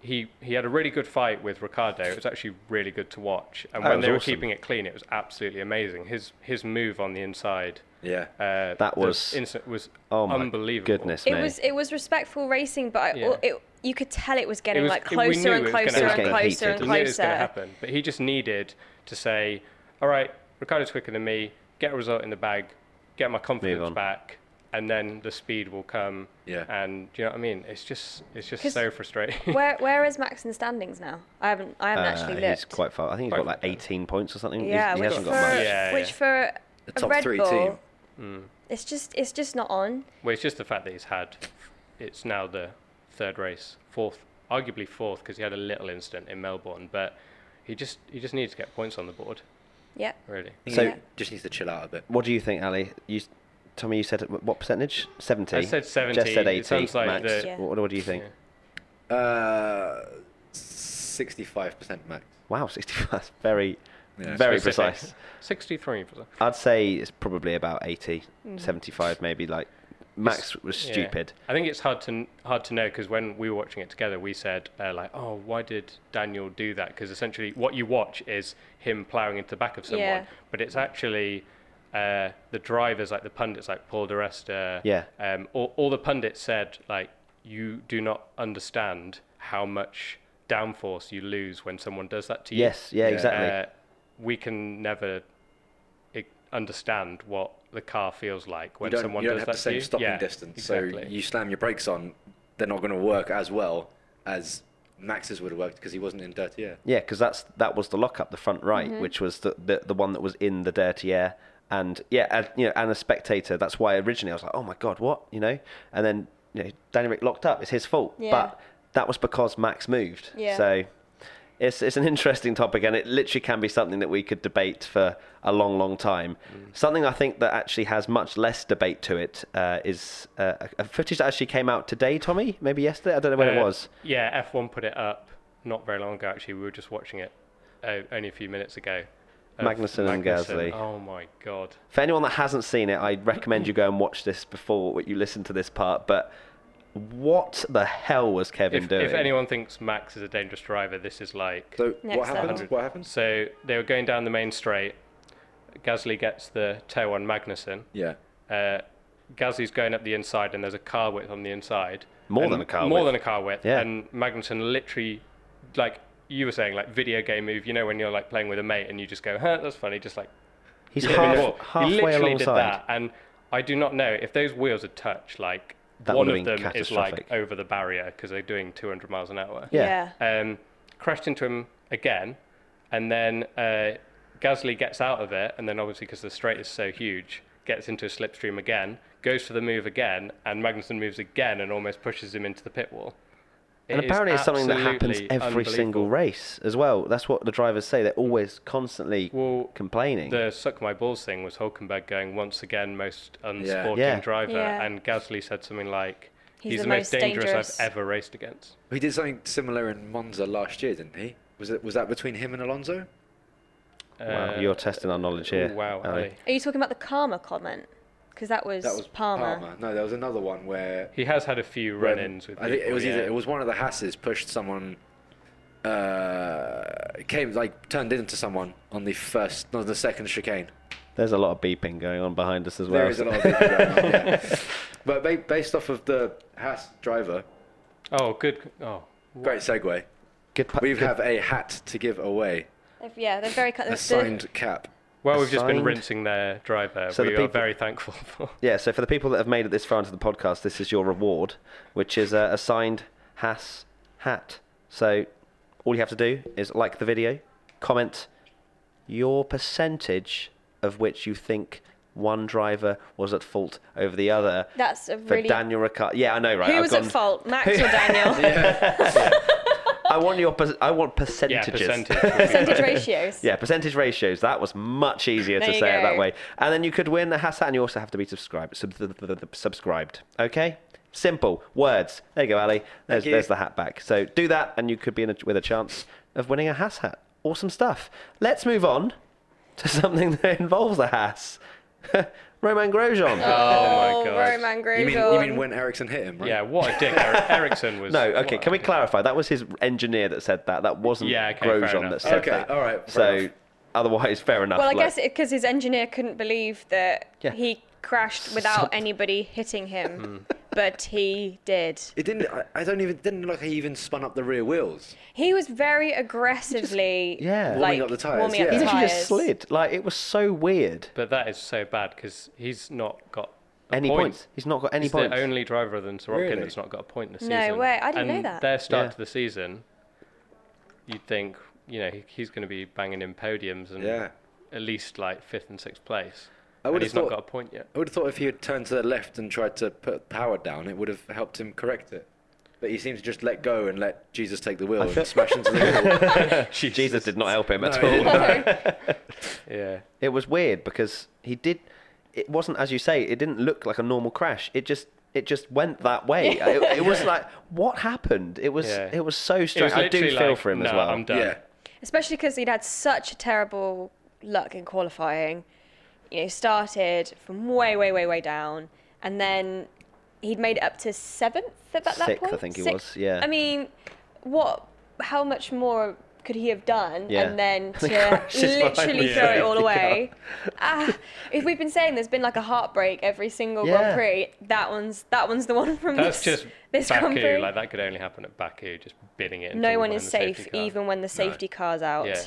Speaker 4: He he had a really good fight with Ricardo. It was actually really good to watch. And
Speaker 1: That
Speaker 4: when
Speaker 1: was
Speaker 4: they were
Speaker 1: awesome.
Speaker 4: keeping it clean, it was absolutely amazing. His his move on the inside.
Speaker 3: Yeah.
Speaker 4: Uh,
Speaker 1: That
Speaker 4: the
Speaker 1: was-
Speaker 4: instant was
Speaker 1: oh my
Speaker 4: unbelievable.
Speaker 1: goodness
Speaker 5: It
Speaker 1: me.
Speaker 5: was it was respectful racing, but I,
Speaker 4: Yeah.
Speaker 5: it, you could tell it was getting
Speaker 4: was-
Speaker 5: like
Speaker 4: it- we knew
Speaker 5: closer
Speaker 4: it
Speaker 5: and
Speaker 4: was gonna
Speaker 5: closer
Speaker 1: happen. It
Speaker 5: and
Speaker 1: was getting
Speaker 5: closer and
Speaker 1: heated.
Speaker 4: We knew it was going
Speaker 5: closer.
Speaker 4: to happen, but he just needed to say, "All right, Ricardo's quicker than me. Get a result in the bag. Get my
Speaker 1: on.
Speaker 4: confidence back, and then the speed will come."
Speaker 3: Yeah.
Speaker 4: And do you know what I mean? It's just, it's just
Speaker 5: 'Cause-
Speaker 4: so frustrating.
Speaker 5: Where where is Max in standings now? I haven't I haven't
Speaker 1: Uh,
Speaker 5: actually
Speaker 1: he's
Speaker 5: looked.
Speaker 1: quite far. I think he's
Speaker 4: Quite
Speaker 1: got like
Speaker 4: far.
Speaker 1: 18 points or something. He's-
Speaker 5: yeah,
Speaker 1: he
Speaker 5: which
Speaker 1: hasn't
Speaker 5: for
Speaker 1: got much.
Speaker 4: Yeah,
Speaker 5: which
Speaker 4: yeah.
Speaker 5: for a,
Speaker 3: The top
Speaker 5: Red
Speaker 3: three
Speaker 5: Bull, mm.
Speaker 3: team.
Speaker 5: it's just it's just not on.
Speaker 4: [laughs] well, it's just the fact that he's had, it's now the third race, fourth, arguably fourth, because he had a little incident in Melbourne, but he just, he just needed to get points on the board,
Speaker 5: Yeah,
Speaker 4: really.
Speaker 1: So-
Speaker 3: So just needs to chill out a bit.
Speaker 1: What do you think, Ali? You, Tommy, you said at what percentage? 70.
Speaker 4: I said 70.
Speaker 1: Jess said
Speaker 4: It
Speaker 1: 80.
Speaker 4: sounds like
Speaker 1: Max.
Speaker 4: the-
Speaker 5: Yeah.
Speaker 1: What, what do you think?
Speaker 4: Yeah.
Speaker 3: Uh, sixty-five percent max.
Speaker 1: Wow, 65. That's Very,
Speaker 3: Yeah.
Speaker 1: very
Speaker 4: Specific.
Speaker 1: precise.
Speaker 4: 63 percent.
Speaker 1: I'd say it's probably about 80, 75 maybe. Like Max was
Speaker 4: Yeah.
Speaker 1: stupid.
Speaker 4: I think it's hard to hard to know because when we were watching it together, we said uh, like, "Oh, why did Daniel do that?" Because essentially, what you watch is him ploughing into the back of someone,
Speaker 5: Yeah.
Speaker 4: but it's actually uh, the drivers, like the pundits, like Paul De Resta.
Speaker 1: Yeah.
Speaker 4: Um, all, all the pundits said like, "You do not understand how much downforce you lose when someone does that to you."
Speaker 1: Yes, yeah, exactly.
Speaker 4: Uh, we can never i- understand what the car feels like when
Speaker 3: you don't,
Speaker 4: someone
Speaker 3: you don't
Speaker 4: does
Speaker 3: have
Speaker 4: that
Speaker 3: the same
Speaker 4: to you.
Speaker 3: stopping
Speaker 4: Yeah,
Speaker 3: distance.
Speaker 4: exactly.
Speaker 3: So you slam your brakes on, they're not going to work as well as Max's would have worked because he wasn't in dirty air.
Speaker 1: Yeah, because that's that was the lockup, the front right, which was the, the the one that was in the dirty air, and yeah, and, you know, and a spectator. That's why originally I was like, oh my god, what you know? And then you know, Danny Rick locked up. It's his fault,
Speaker 5: Yeah.
Speaker 1: but that was because Max moved.
Speaker 5: Yeah.
Speaker 1: So it's it's an interesting topic, and it literally can be something that we could debate for a long, long time. Something I think that actually has much less debate to it uh, is uh, a- a footage that actually came out today, Tommy, maybe yesterday. I don't know when it
Speaker 4: Uh,
Speaker 1: was.
Speaker 4: Yeah, F1 put it up not very long ago. Actually, we were just watching it uh, only a few minutes ago. of
Speaker 1: Magnussen and Gasly.
Speaker 4: Oh my god!
Speaker 1: For anyone that hasn't seen it, I recommend you go and watch this before you listen to this part. But what the hell was Kevin
Speaker 4: If,
Speaker 1: doing?
Speaker 4: if anyone thinks Max is a dangerous driver, this is like.
Speaker 3: So what
Speaker 5: Next
Speaker 3: happened?
Speaker 5: level.
Speaker 3: What happened?
Speaker 4: So they were going down the main straight. Gasly gets the toe on Magnussen.
Speaker 3: Yeah.
Speaker 4: Uh, Gasly's going up the inside, and there's a car width on the inside.
Speaker 1: More
Speaker 4: And
Speaker 1: than a car
Speaker 4: More
Speaker 1: width.
Speaker 4: than a car width.
Speaker 1: Yeah.
Speaker 4: And Magnussen literally, like you were saying, like video game move. You know when you're like playing with a mate and you just go, "Huh, that's funny," just like
Speaker 1: He's
Speaker 4: hit me
Speaker 1: half-
Speaker 4: before.
Speaker 1: halfway
Speaker 4: he literally
Speaker 1: alongside.
Speaker 4: did that, and I do not know if those wheels had touched. Like
Speaker 1: That
Speaker 4: one
Speaker 1: would've
Speaker 4: of
Speaker 1: been
Speaker 4: them is like
Speaker 1: catastrophic.
Speaker 4: over the barrier because they're doing 200 miles an hour
Speaker 1: Yeah.
Speaker 4: um, crashed into him again, and then uh, Gasly gets out of it, and then obviously because the straight is so huge, gets into a slipstream again, goes for the move again, and Magnussen moves again and almost pushes him into the pit wall. It
Speaker 1: and
Speaker 4: is
Speaker 1: apparently, it's something that happens
Speaker 4: absolutely
Speaker 1: every single
Speaker 4: unbelievable.
Speaker 1: race as well. That's what the drivers say. They're always constantly
Speaker 4: Well,
Speaker 1: complaining.
Speaker 4: The suck my balls thing was Hulkenberg going once again most unsporting
Speaker 1: Yeah.
Speaker 4: driver,
Speaker 5: Yeah.
Speaker 4: and Gasly said something like,
Speaker 5: He's
Speaker 4: "He's,
Speaker 5: the
Speaker 4: the, most,
Speaker 5: most
Speaker 4: dangerous,
Speaker 5: dangerous."
Speaker 4: I've ever raced against."
Speaker 3: He did something similar in Monza last year, didn't he? Was it was that between him and Alonso?
Speaker 1: wow,
Speaker 4: Uh,
Speaker 1: you're testing our knowledge
Speaker 4: oh,
Speaker 1: here.
Speaker 4: wow,
Speaker 1: Ali.
Speaker 4: Ali.
Speaker 5: Are you talking about the karma comment? Because that was,
Speaker 3: That was
Speaker 5: Palmer.
Speaker 3: No, there was another one where
Speaker 4: He has had a few
Speaker 3: when-
Speaker 4: run-ins with.
Speaker 3: I think it
Speaker 4: people,
Speaker 3: was
Speaker 4: yeah.
Speaker 3: either it was one of the Hasses pushed someone uh came like turned into someone on the first on the second chicane.
Speaker 1: There's a lot of beeping going on behind us as well.
Speaker 3: There is a lot of people going on, yeah. But ba- based off of the Haas driver,
Speaker 4: Oh, good. Oh,
Speaker 3: great segue.
Speaker 1: Good pa-
Speaker 3: We
Speaker 1: good-
Speaker 3: have a hat to give away,
Speaker 5: They've- yeah, they're very. cut-
Speaker 3: a
Speaker 5: the-
Speaker 3: signed cap.
Speaker 4: Well, we've just been
Speaker 1: Assigned.
Speaker 4: rinsing their driver.
Speaker 1: So the
Speaker 4: we are
Speaker 1: people-
Speaker 4: very thankful [laughs] for.
Speaker 1: Yeah, so for the people that have made it this far into the podcast, this is your reward, which is a, a signed Haas hat. So all you have to do is like the video, comment your percentage of which you think one driver was at fault over the other.
Speaker 5: That's a
Speaker 1: for
Speaker 5: really.
Speaker 1: Daniel Ricciardo. Yeah, I know, right?
Speaker 5: Who
Speaker 1: I've
Speaker 5: was
Speaker 1: gone-
Speaker 5: at fault, Max or Daniel? [laughs]
Speaker 1: I want your. Per- I want
Speaker 4: Yeah,
Speaker 1: percentages.
Speaker 4: [laughs] percentage. Oh, would be
Speaker 5: Percentage
Speaker 4: better.
Speaker 5: ratios.
Speaker 1: Yeah, percentage ratios. That was much easier to
Speaker 5: There
Speaker 1: say
Speaker 5: you
Speaker 1: it that
Speaker 5: go.
Speaker 1: way. And then you could win a Hassan. You also have to be subscribed. Sub- th- th- th- subscribed. Okay? Simple words. There you go, Ali. There's,
Speaker 3: you.
Speaker 1: there's the hat back. So do that, and you could be in a, with a chance of winning a Hass hat. Awesome stuff. Let's move on to [laughs] something that involves a [laughs] Hass. Roman Grosjean.
Speaker 4: Oh, my
Speaker 5: Oh,
Speaker 4: god.
Speaker 5: Roman
Speaker 3: You mean
Speaker 5: Grosjean.
Speaker 3: you mean when Ericsson hit him, right?
Speaker 4: Yeah, what a dick.
Speaker 1: [laughs]
Speaker 4: Eric- Ericsson was.
Speaker 1: No, okay.
Speaker 4: what
Speaker 1: Can
Speaker 4: a
Speaker 1: we
Speaker 4: dick.
Speaker 1: clarify? That was his engineer that said that. That wasn't
Speaker 4: Yeah, okay, fair
Speaker 1: Grosjean
Speaker 4: enough.
Speaker 1: that said
Speaker 3: Okay,
Speaker 1: that.
Speaker 3: all right, fair
Speaker 1: So,
Speaker 3: enough.
Speaker 1: otherwise, fair enough.
Speaker 5: Well, I
Speaker 1: like-
Speaker 5: guess because his engineer couldn't believe that
Speaker 1: Yeah.
Speaker 5: he crashed without
Speaker 1: [laughs]
Speaker 5: anybody hitting him,
Speaker 1: Hmm.
Speaker 5: but he did.
Speaker 3: It didn't. I, I don't even. Didn't look like he even spun up the rear wheels.
Speaker 5: He was very aggressively,
Speaker 1: yeah.
Speaker 5: like,
Speaker 3: Warming up the tyres,
Speaker 5: warming up the
Speaker 3: yeah.
Speaker 1: He literally
Speaker 5: tyres.
Speaker 1: just slid. Like it was so weird.
Speaker 4: But that is so bad because he's not got a
Speaker 1: Any
Speaker 4: point.
Speaker 1: points? He's not got any
Speaker 4: He's
Speaker 1: points.
Speaker 4: the only [laughs] driver other than Sorokin
Speaker 3: Really?
Speaker 4: that's not got a point this
Speaker 5: No
Speaker 4: season.
Speaker 5: way, I didn't
Speaker 4: and
Speaker 5: know that.
Speaker 4: Their start
Speaker 1: Yeah.
Speaker 4: to the season, you'd think, you know, he, he's going to be banging in podiums and
Speaker 3: Yeah.
Speaker 4: at least like fifth and sixth place.
Speaker 3: I
Speaker 4: and
Speaker 3: would've
Speaker 4: he's
Speaker 3: thought-
Speaker 4: not got a point yet.
Speaker 3: I would have thought if he had turned to the left and tried to put power down, it would have helped him correct it. But he seems to just let go and let Jesus take the wheel
Speaker 1: feel-
Speaker 3: and smash
Speaker 1: [laughs]
Speaker 3: into the wheel.
Speaker 1: Jesus did not help him at
Speaker 3: No, he
Speaker 1: all.
Speaker 4: [laughs]
Speaker 3: didn't.
Speaker 4: Yeah.
Speaker 1: It was weird because he did. It wasn't as you say. It didn't look like a normal crash. It just it just went that way. it, it
Speaker 4: [laughs]
Speaker 1: was like what happened. It was
Speaker 4: Yeah.
Speaker 1: it was so
Speaker 4: It
Speaker 1: strange.
Speaker 4: was
Speaker 1: I do
Speaker 4: literally
Speaker 1: feel
Speaker 4: like,
Speaker 1: for him as
Speaker 4: "Nah,
Speaker 1: well.
Speaker 4: I'm done.
Speaker 3: yeah.
Speaker 5: especially because he'd had such terrible luck in qualifying. You know, started from way, way, way, way down, and then he'd made it up to seventh at that
Speaker 1: Sixth, I
Speaker 5: point.
Speaker 1: think he
Speaker 5: Sixth?
Speaker 1: was, yeah.
Speaker 5: I mean, what? How much more could he have done?
Speaker 1: Yeah.
Speaker 5: And
Speaker 1: [laughs]
Speaker 5: then to
Speaker 1: He crashes behind
Speaker 5: literally
Speaker 1: the [laughs]
Speaker 5: throw it all
Speaker 1: safety
Speaker 5: away. Ah, if we've been saying there's been like a heartbreak every single
Speaker 1: Yeah.
Speaker 5: Grand Prix, that one's that one's the one [laughs] from
Speaker 4: That's
Speaker 5: this,
Speaker 4: just
Speaker 5: this Grand
Speaker 4: Baku.
Speaker 5: Prix.
Speaker 4: Like that could only happen at Baku, just bidding it.
Speaker 5: no
Speaker 4: until
Speaker 5: one
Speaker 4: behind
Speaker 5: is
Speaker 4: the safety
Speaker 5: safe,
Speaker 4: car.
Speaker 5: even when the safety car's out.
Speaker 4: Yeah.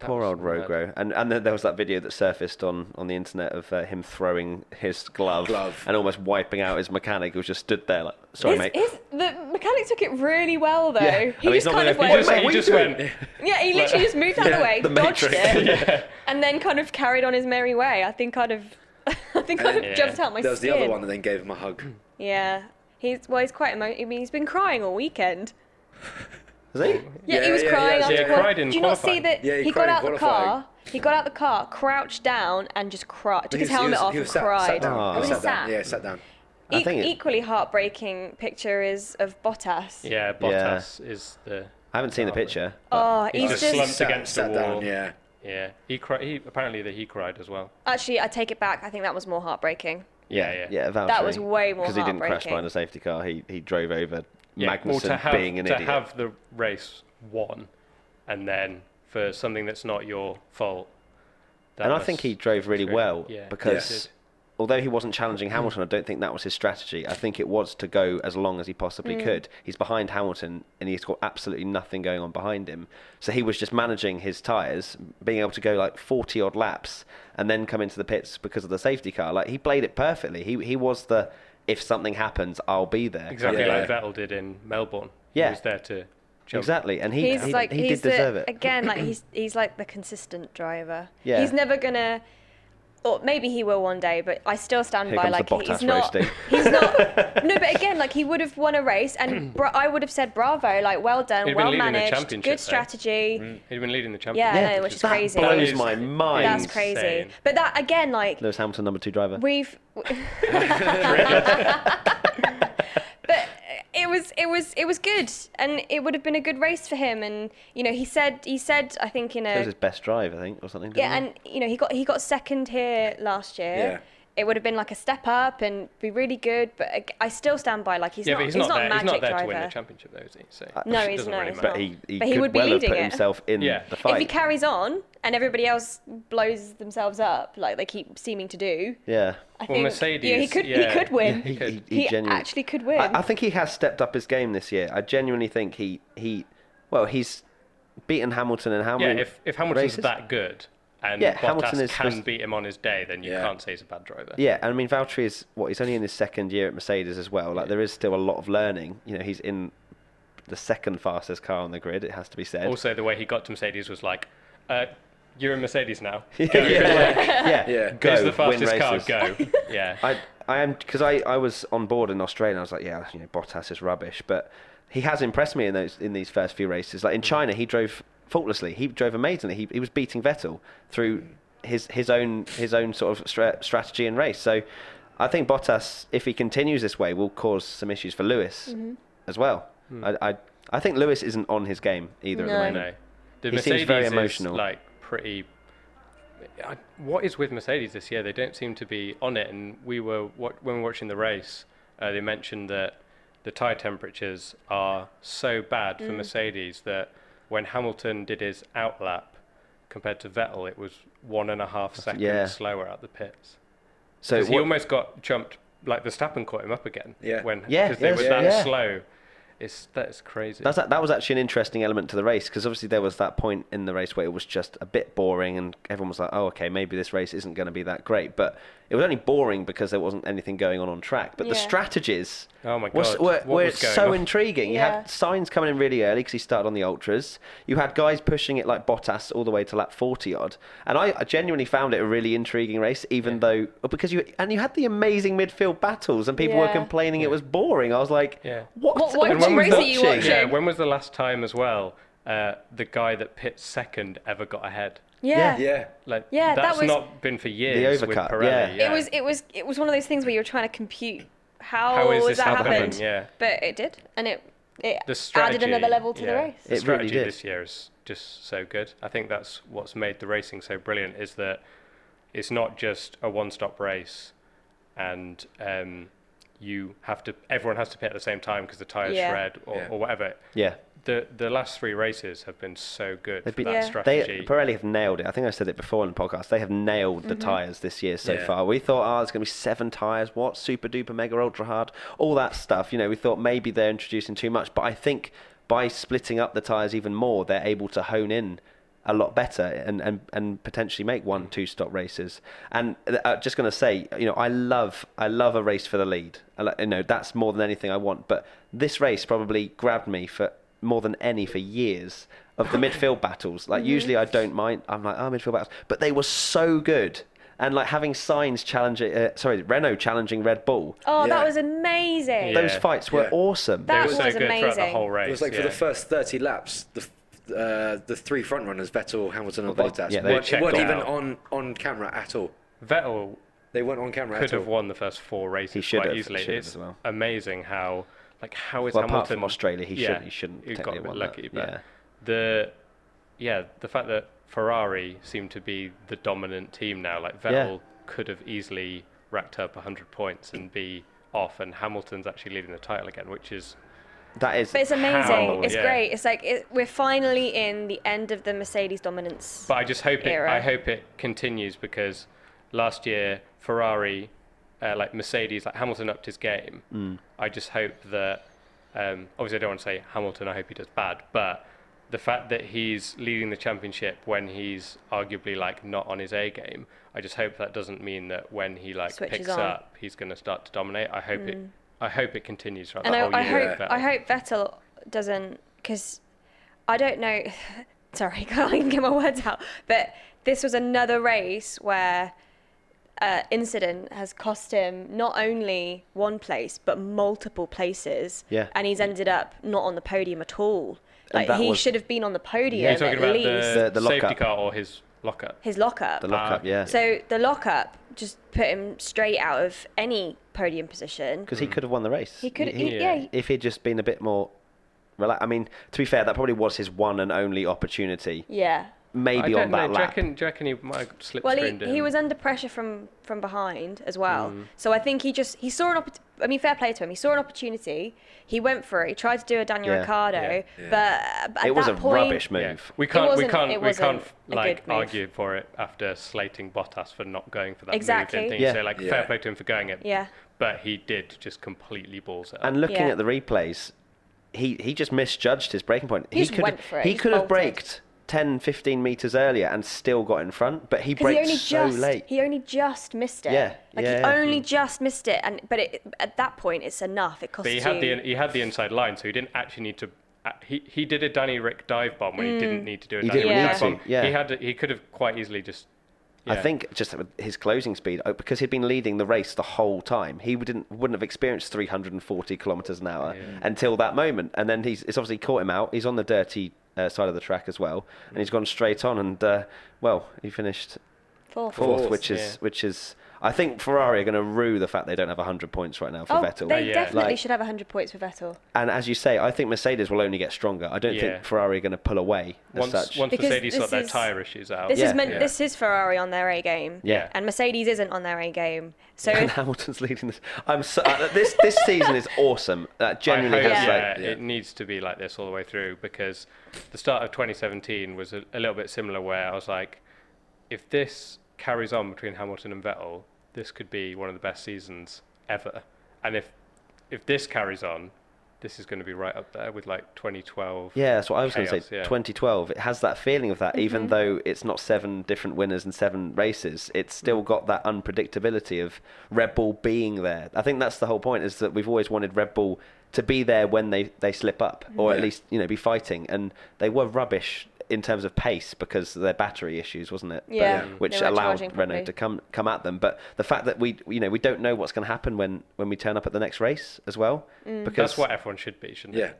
Speaker 4: That
Speaker 1: Poor
Speaker 4: was
Speaker 1: old
Speaker 4: mad.
Speaker 1: Rogro. And and then there was that video that surfaced on, on the internet of uh, him throwing his glove,
Speaker 3: Glove.
Speaker 1: and almost wiping out his mechanic who just stood there like, sorry
Speaker 5: His-
Speaker 1: mate.
Speaker 5: his- the mechanic took it really well though.
Speaker 1: Yeah.
Speaker 5: He
Speaker 1: I mean, it's
Speaker 5: just
Speaker 1: not
Speaker 5: kind
Speaker 1: gonna-
Speaker 5: of
Speaker 1: he
Speaker 5: went.
Speaker 4: just,
Speaker 1: Wait, what are
Speaker 4: he
Speaker 1: you
Speaker 4: just went,
Speaker 1: doing?
Speaker 5: yeah, he literally just moved out of the way,
Speaker 1: the
Speaker 5: dodged
Speaker 1: Matrix.
Speaker 5: it,
Speaker 3: [laughs]
Speaker 5: and then kind of carried on his merry way. I think I'd have, [laughs] I think I'd have
Speaker 4: Yeah.
Speaker 5: jumped out my
Speaker 3: There was the
Speaker 5: skin.
Speaker 3: other one that then gave him a hug.
Speaker 5: Yeah, he's well, he's quite emo- I mean, he's been crying all weekend.
Speaker 1: Is he?
Speaker 5: Yeah,
Speaker 3: Yeah,
Speaker 5: he was
Speaker 3: yeah,
Speaker 5: crying
Speaker 3: yeah,
Speaker 5: after
Speaker 4: yeah.
Speaker 5: qual-
Speaker 4: Cried in
Speaker 5: Do you not see
Speaker 4: qualifying.
Speaker 5: that
Speaker 3: Yeah, he
Speaker 5: he,
Speaker 3: cried
Speaker 5: got
Speaker 3: in
Speaker 5: out the
Speaker 3: qualifying.
Speaker 5: car? He got out the car, crouched down, and just cried. Took
Speaker 3: He
Speaker 5: his
Speaker 3: was- he
Speaker 5: helmet
Speaker 3: was-
Speaker 5: off
Speaker 3: he
Speaker 5: and
Speaker 3: was sat,
Speaker 5: cried.
Speaker 3: Sat down.
Speaker 1: Oh.
Speaker 3: He was
Speaker 1: He
Speaker 3: sat down.
Speaker 2: sat.
Speaker 3: Yeah, sat down.
Speaker 1: I
Speaker 5: E-
Speaker 1: think it-
Speaker 5: equally heartbreaking picture is of Bottas.
Speaker 4: yeah, Bottas is the.
Speaker 1: I haven't seen the picture.
Speaker 5: Oh, he's
Speaker 4: just
Speaker 5: just
Speaker 4: slumped
Speaker 3: Sat,
Speaker 4: against
Speaker 3: sat
Speaker 4: the
Speaker 3: down.
Speaker 4: wall.
Speaker 3: Yeah.
Speaker 4: Yeah, he cried. He apparently that he cried as well.
Speaker 5: actually. I take it back. I think that was more heartbreaking.
Speaker 4: Yeah, yeah.
Speaker 1: Yeah,
Speaker 5: That was way more
Speaker 1: Because he didn't crash
Speaker 5: heartbreaking.
Speaker 1: behind a safety car. He he drove over
Speaker 4: Yeah,
Speaker 1: Magnussen
Speaker 4: well, to have,
Speaker 1: being an
Speaker 4: to
Speaker 1: idiot.
Speaker 4: have the race won, and then for something that's not your fault. that
Speaker 1: and I
Speaker 4: must-
Speaker 1: think he drove really well
Speaker 4: Yeah, he
Speaker 1: because
Speaker 4: did.
Speaker 1: although he wasn't challenging Hamilton, I don't think that was his strategy. I think it was to go as long as he possibly
Speaker 5: Mm.
Speaker 1: could. He's behind Hamilton and he's got absolutely nothing going on behind him. So he was just managing his tyres, being able to go like 40 odd laps and then come into the pits because of the safety car. Like he played it perfectly. He, he was the if something happens, I'll be there.
Speaker 4: exactly
Speaker 3: Yeah.
Speaker 4: like Vettel did in Melbourne.
Speaker 1: Yeah.
Speaker 4: he was there to jump.
Speaker 1: Exactly. And he,
Speaker 5: He's
Speaker 1: he,
Speaker 5: like
Speaker 1: he
Speaker 5: he's
Speaker 1: did deserve
Speaker 5: the,
Speaker 1: it. [clears throat]
Speaker 5: again. Like he's he's like the consistent driver.
Speaker 1: Yeah.
Speaker 5: He's never gonna. Or maybe he will one day, but I still stand
Speaker 1: Here
Speaker 5: by
Speaker 1: comes the
Speaker 5: like he's
Speaker 1: Bottas
Speaker 5: not.
Speaker 1: roasting.
Speaker 5: He's
Speaker 1: [laughs]
Speaker 5: not. no, but again, like he would have won a race,
Speaker 1: [clears throat]
Speaker 5: and bra- I would have said bravo, like well done,
Speaker 4: He'd been
Speaker 5: well
Speaker 4: leading the
Speaker 5: managed,
Speaker 4: championship, though.
Speaker 5: good strategy.
Speaker 1: Mm.
Speaker 4: He'd been leading the
Speaker 5: Yeah,
Speaker 4: championship.
Speaker 5: I know, which is
Speaker 1: that
Speaker 5: crazy.
Speaker 4: That
Speaker 1: blows
Speaker 4: is-
Speaker 1: my
Speaker 4: That's
Speaker 1: mind.
Speaker 5: That's crazy.
Speaker 4: insane.
Speaker 5: But that again, like
Speaker 1: Lewis Hamilton, number two driver.
Speaker 5: we've [laughs] but it was it was it was good and it would have been a good race for him and you know he said he said i think in
Speaker 1: That was
Speaker 5: a
Speaker 1: his best drive, I think, or something. didn't
Speaker 5: yeah
Speaker 1: he?
Speaker 5: and you know he got he got second here last year
Speaker 3: Yeah.
Speaker 5: it would have been like a step up and be really good but i, I still stand by like he's
Speaker 4: yeah,
Speaker 5: not
Speaker 4: but he's, not,
Speaker 5: not,
Speaker 4: there.
Speaker 5: a
Speaker 4: He's
Speaker 5: magic
Speaker 4: not there
Speaker 5: driver
Speaker 4: to win the championship, though, is he? So
Speaker 5: no
Speaker 4: it
Speaker 5: he's
Speaker 4: doesn't
Speaker 5: not
Speaker 4: really
Speaker 5: he's
Speaker 4: matter.
Speaker 1: but he, he
Speaker 5: But he
Speaker 1: could
Speaker 5: would be
Speaker 1: well have
Speaker 5: leading
Speaker 1: put
Speaker 5: it.
Speaker 1: himself in
Speaker 4: Yeah.
Speaker 1: the
Speaker 4: If
Speaker 1: fight.
Speaker 5: if he carries on and everybody else blows themselves up like they keep seeming to do
Speaker 1: yeah.
Speaker 5: i
Speaker 4: Well,
Speaker 5: think
Speaker 4: Mercedes,
Speaker 5: yeah, he could
Speaker 4: yeah.
Speaker 5: he could win
Speaker 4: He could.
Speaker 5: he actually could win.
Speaker 1: I, I think he has stepped up his game this year. I genuinely think he he well he's beaten Hamilton and
Speaker 4: Yeah,
Speaker 1: Hamilton.
Speaker 4: if, if Hamilton's
Speaker 1: races?
Speaker 4: that good and
Speaker 1: Yeah,
Speaker 4: Bottas
Speaker 1: Hamilton is
Speaker 4: can
Speaker 1: supposed-
Speaker 4: beat him on his day, then you
Speaker 3: Yeah.
Speaker 4: can't say he's a bad driver.
Speaker 1: Yeah, and I mean Valtteri is what he's only in his second year at Mercedes as well. Like there is still a lot of learning. You know, he's in the second fastest car on the grid. It has to be said.
Speaker 4: Also, the way he got to Mercedes was like, uh, "You're in Mercedes
Speaker 1: [laughs]
Speaker 4: now. [laughs]
Speaker 1: yeah,
Speaker 3: Yeah.
Speaker 1: Go
Speaker 4: Here's the
Speaker 1: win
Speaker 4: fastest car.
Speaker 1: races.
Speaker 4: Go."
Speaker 1: [laughs]
Speaker 4: Yeah.
Speaker 1: I I am because I, I was on board in Australia. and I was like, yeah, you know, Bottas is rubbish, but he has impressed me in those in these first few races. Like in China, he drove faultlessly. He drove amazingly. He he was beating Vettel through his his own his own sort of stra- strategy and race. So I think Bottas, if he continues this way, will cause some issues for Lewis as well. I, I I think Lewis isn't on his game either at
Speaker 5: No.
Speaker 1: the moment.
Speaker 4: Hmm. no. The
Speaker 1: He seems
Speaker 4: Mercedes
Speaker 1: very
Speaker 4: is,
Speaker 1: emotional.
Speaker 4: like pretty. I, what is with Mercedes this year? They don't seem to be on it. And we were wa when we were watching the race, uh, they mentioned that the tire temperatures are so bad for Mercedes that when Hamilton did his outlap compared to Vettel, it was one and a half seconds
Speaker 1: yeah.
Speaker 4: slower at the pits.
Speaker 1: So
Speaker 4: Because he
Speaker 1: what-
Speaker 4: almost got jumped, like Verstappen caught him up again.
Speaker 3: Yeah.
Speaker 4: When
Speaker 1: Yeah,
Speaker 4: because they
Speaker 1: yeah,
Speaker 4: were
Speaker 1: yeah,
Speaker 4: that
Speaker 1: yeah.
Speaker 4: slow. It's that's crazy.
Speaker 1: That's that was actually an interesting element to the race because obviously there was that point in the race where it was just a bit boring and everyone was like, "Oh, okay, maybe this race isn't going to be that great." But it was only boring because there wasn't anything going on on track. But the
Speaker 5: Yeah.
Speaker 1: strategies
Speaker 4: Oh my
Speaker 1: were s-
Speaker 4: God,
Speaker 1: were,
Speaker 4: what
Speaker 1: were
Speaker 4: was going
Speaker 1: so
Speaker 4: on?
Speaker 1: intriguing. You
Speaker 5: Yeah.
Speaker 1: had signs coming in really early because he started on the ultras. You had guys pushing it like Bottas all the way to lap forty odd, and I, I genuinely found it a really intriguing race, even though oh, because you and you had the amazing midfield battles and people were
Speaker 5: Yeah.
Speaker 1: complaining it was boring. I was like,
Speaker 4: Yeah.
Speaker 1: "What?
Speaker 5: What- what
Speaker 1: And when
Speaker 5: race
Speaker 1: we
Speaker 5: are you watching?
Speaker 4: Yeah, when was the last time as well uh, the guy that pits second ever got ahead?
Speaker 5: yeah.
Speaker 3: Yeah.
Speaker 4: Like
Speaker 5: Yeah, that
Speaker 4: that's
Speaker 5: was-
Speaker 4: not been for years with
Speaker 1: overcut,
Speaker 4: Pirelli.
Speaker 1: yeah.
Speaker 4: Yeah.
Speaker 1: It
Speaker 5: It was it was it was one of those things where you were trying to compute how,
Speaker 4: How is
Speaker 5: has
Speaker 4: this
Speaker 5: that
Speaker 4: happening?
Speaker 5: happened.
Speaker 4: Yeah.
Speaker 5: But it did, and it it
Speaker 4: the
Speaker 5: added
Speaker 4: strategy.
Speaker 5: another level to the
Speaker 4: yeah,
Speaker 5: race.
Speaker 4: The
Speaker 1: It really
Speaker 4: strategy
Speaker 1: did.
Speaker 4: this year is just so good. I think that's what's made the racing so brilliant is that it's not just a one-stop race, and um, you have to. Everyone has to pit at the same time because the tires
Speaker 5: Yeah.
Speaker 4: shred or,
Speaker 3: Yeah.
Speaker 4: or whatever.
Speaker 1: Yeah.
Speaker 4: The the last three races have been so good for
Speaker 1: They've been-
Speaker 4: that
Speaker 5: Yeah.
Speaker 4: strategy.
Speaker 1: They, Pirelli have nailed it. I think I said it before in the podcast. They have nailed the tyres this year so
Speaker 3: Yeah.
Speaker 1: far. We thought, oh, it's going to be seven tyres. What? Super duper mega ultra hard. All that stuff. You know, we thought maybe they're introducing too much. But I think by splitting up the tyres even more, they're able to hone in a lot better and, and, and potentially make one two stop races. And uh, just going to say, you know, I love I love a race for the lead. I li- you know, that's more than anything I want. But this race probably grabbed me for more than any for years of the midfield battles. Like usually I don't mind. I'm like, oh, midfield battles, but they were so good. And like having signs challenging, uh, sorry, Renault challenging Red Bull.
Speaker 5: Oh,
Speaker 3: Yeah.
Speaker 5: that was amazing.
Speaker 4: Yeah.
Speaker 1: Those fights were
Speaker 3: Yeah.
Speaker 1: awesome.
Speaker 4: They
Speaker 5: That
Speaker 4: were so
Speaker 5: was
Speaker 4: good throughout the
Speaker 5: amazing.
Speaker 4: whole race.
Speaker 3: It was like
Speaker 4: yeah.
Speaker 3: for the first 30 laps, the f- uh, the three front runners, Vettel, Hamilton, and
Speaker 1: Well, they-
Speaker 3: Bottas,
Speaker 1: yeah, they
Speaker 3: weren't,
Speaker 4: checked
Speaker 3: weren't
Speaker 4: it
Speaker 3: even
Speaker 4: out.
Speaker 3: on, on camera at all.
Speaker 4: Vettel
Speaker 3: They weren't on camera
Speaker 4: could
Speaker 3: at all.
Speaker 4: have won the first four races
Speaker 1: should have,
Speaker 4: quite
Speaker 1: he
Speaker 4: easily.
Speaker 1: should have
Speaker 4: it's
Speaker 1: as well.
Speaker 4: amazing how like how is
Speaker 1: Well,
Speaker 4: Hamilton
Speaker 1: apart from Australia, he shouldn't- he shouldn't
Speaker 4: He got
Speaker 1: technically have
Speaker 4: a bit
Speaker 1: won that,
Speaker 4: lucky, but
Speaker 1: yeah.
Speaker 4: the yeah the fact that Ferrari seemed to be the dominant team now. Like
Speaker 1: Yeah.
Speaker 4: Vettel could have easily racked up 100 points and be off, and Hamilton's actually leading the title again, which is
Speaker 1: That is.
Speaker 5: But it's amazing.
Speaker 4: How?
Speaker 5: it's
Speaker 4: Yeah.
Speaker 5: great. It's like it, we're finally in the end of the Mercedes dominance.
Speaker 4: But I just hope it.
Speaker 5: era.
Speaker 4: I hope it continues because last year Ferrari, uh, like Mercedes, like Hamilton upped his game. I just hope that. Um, obviously, I don't want to say Hamilton. I hope he does bad, but the fact that he's leading the championship when he's arguably like not on his A game, I just hope that doesn't mean that when he like
Speaker 5: Switches
Speaker 4: picks
Speaker 5: on. Mm.
Speaker 4: up, he's going to start to dominate. I hope it. I hope it continues throughout
Speaker 5: and
Speaker 4: the
Speaker 5: I,
Speaker 1: Oh,
Speaker 4: whole
Speaker 5: I
Speaker 4: year.
Speaker 5: hope
Speaker 4: Vettel.
Speaker 5: I hope Vettel doesn't because I don't know. [laughs] Sorry, can't even get my words out. But this was another race where uh, incident has cost him not only one place but multiple places.
Speaker 1: Yeah.
Speaker 5: and he's ended up not on the podium at all.
Speaker 1: And
Speaker 5: Like
Speaker 1: that
Speaker 5: he
Speaker 1: was-
Speaker 5: should have been on the podium
Speaker 4: Are you
Speaker 5: at
Speaker 4: talking about
Speaker 5: least.
Speaker 4: the,
Speaker 1: The- the
Speaker 4: safety
Speaker 1: lockup.
Speaker 4: car or his lockup?
Speaker 5: His lockup.
Speaker 1: The lockup, yeah.
Speaker 5: so the lockup just put him straight out of any podium position.
Speaker 1: Because he could have won the race.
Speaker 5: He could, he-
Speaker 4: Yeah.
Speaker 5: yeah,
Speaker 1: if he'd just been a bit more. Relax. I mean, to be fair, that probably was his one and only opportunity.
Speaker 5: yeah.
Speaker 1: Maybe
Speaker 4: I
Speaker 1: on
Speaker 4: don't know.
Speaker 1: that
Speaker 4: do, you
Speaker 1: lap.
Speaker 4: reckon, do you reckon he might have slip
Speaker 5: Well, he,
Speaker 4: screened him?
Speaker 5: he was under pressure from from behind as well.
Speaker 1: Mm.
Speaker 5: So I think he just he saw an opportunity. I mean, fair play to him. He saw an opportunity. He went for it. He tried to do a Daniel
Speaker 1: Yeah.
Speaker 5: Ricciardo,
Speaker 4: Yeah.
Speaker 5: but at
Speaker 1: it was a
Speaker 5: that point,
Speaker 1: rubbish
Speaker 4: Yeah.
Speaker 1: move.
Speaker 4: We can't, we
Speaker 5: wasn't- it
Speaker 4: can't, we
Speaker 5: wasn't
Speaker 4: can't
Speaker 5: a
Speaker 4: like
Speaker 5: good move.
Speaker 4: argue for it after slating Bottas for not going for that move
Speaker 5: Exactly.
Speaker 4: and things.
Speaker 1: Yeah.
Speaker 4: So like,
Speaker 3: Yeah.
Speaker 4: fair play to him for going it.
Speaker 5: Yeah.
Speaker 4: But he did just completely balls it. up.
Speaker 1: And looking
Speaker 5: Yeah.
Speaker 1: at the replays, he, he just misjudged his breaking point.
Speaker 5: He just
Speaker 1: could
Speaker 5: went
Speaker 1: have,
Speaker 5: for it.
Speaker 1: he
Speaker 5: He
Speaker 1: could have
Speaker 5: bolted.
Speaker 1: braked 10, 15 meters earlier and still got in front, but he
Speaker 5: Because he
Speaker 1: braked
Speaker 5: only
Speaker 1: so
Speaker 5: just
Speaker 1: late.
Speaker 5: he only just missed it.
Speaker 1: Yeah,
Speaker 5: like
Speaker 1: yeah, Mm.
Speaker 5: he
Speaker 1: yeah.
Speaker 5: only just missed it, and but it, at that point it's enough. It cost
Speaker 4: but he
Speaker 5: you.
Speaker 4: had the he had the inside line, so he didn't actually need to. uh, He he did a Danny Rick dive bomb when
Speaker 5: Mm.
Speaker 4: he didn't need to do a
Speaker 1: He
Speaker 4: Danny
Speaker 1: didn't
Speaker 4: Rick
Speaker 5: need
Speaker 4: dive bomb.
Speaker 1: to, yeah.
Speaker 4: He had he could have quite easily just.
Speaker 1: I
Speaker 4: yeah.
Speaker 1: think just with his closing speed, uh, because he'd been leading the race the whole time, he wouldn't wouldn't have experienced 340 kilometers an hour until that moment. And then he's it's obviously caught him out. He's on the dirty uh, side of the track as well, and he's gone straight on. And uh, well, he finished
Speaker 5: fourth.
Speaker 1: fourth,
Speaker 3: Fourth,
Speaker 1: which is
Speaker 4: yeah.
Speaker 1: which is I think Ferrari are going to rue the fact they don't have 100 points right now for
Speaker 5: Oh,
Speaker 1: Vettel.
Speaker 5: they
Speaker 4: Yeah.
Speaker 5: definitely
Speaker 1: Like-
Speaker 5: should have 100 points for Vettel.
Speaker 1: And as you say, I think Mercedes will only get stronger. I don't
Speaker 4: Yeah.
Speaker 1: think Ferrari are going to pull away as
Speaker 4: Once
Speaker 1: such.
Speaker 4: once
Speaker 5: Because
Speaker 4: Mercedes
Speaker 5: this
Speaker 4: sort their
Speaker 5: is-
Speaker 4: tire issues out.
Speaker 5: This
Speaker 1: Oh, Yeah.
Speaker 5: is meant,
Speaker 4: Yeah.
Speaker 5: this is Ferrari on their A game.
Speaker 1: Yeah.
Speaker 5: And Mercedes isn't on their A game.
Speaker 1: [laughs]
Speaker 5: So
Speaker 1: and
Speaker 5: if
Speaker 1: Hamilton's leading this. I'm so uh, this this season is awesome. That
Speaker 4: I
Speaker 1: genuinely
Speaker 4: hope,
Speaker 1: has
Speaker 4: yeah,
Speaker 1: like
Speaker 4: it needs to be like this all the way through because the start of 2017 was a, a little bit similar where I was like, if this carries on between Hamilton and Vettel, this could be one of the best seasons ever. And if if this carries on, this is going to be right up there with like 2012.
Speaker 1: Yeah, that's what I was going to
Speaker 4: Chaos,
Speaker 1: say.
Speaker 4: yeah.
Speaker 1: 2012, it has that feeling of that,
Speaker 5: Mm-hmm.
Speaker 1: even though it's not seven different winners and seven races, it's
Speaker 5: Mm.
Speaker 1: still got that unpredictability of Red Bull being there. I think that's the whole point, is that we've always wanted Red Bull to be there when they, they slip up,
Speaker 5: Mm-hmm.
Speaker 1: or at
Speaker 3: Yeah.
Speaker 1: least, you know, be fighting. And they were rubbish in terms of pace because of their battery issues, wasn't it? But-
Speaker 5: Yeah,
Speaker 1: which
Speaker 5: they weren't
Speaker 1: allowed
Speaker 5: charging
Speaker 1: Renault
Speaker 5: properly.
Speaker 1: to come come at them. But the fact that we, you know, we don't know what's going to happen when, when we turn up at the next race as well.
Speaker 5: Mm.
Speaker 1: Because
Speaker 4: That's what everyone should be, shouldn't
Speaker 3: Yeah.
Speaker 4: it?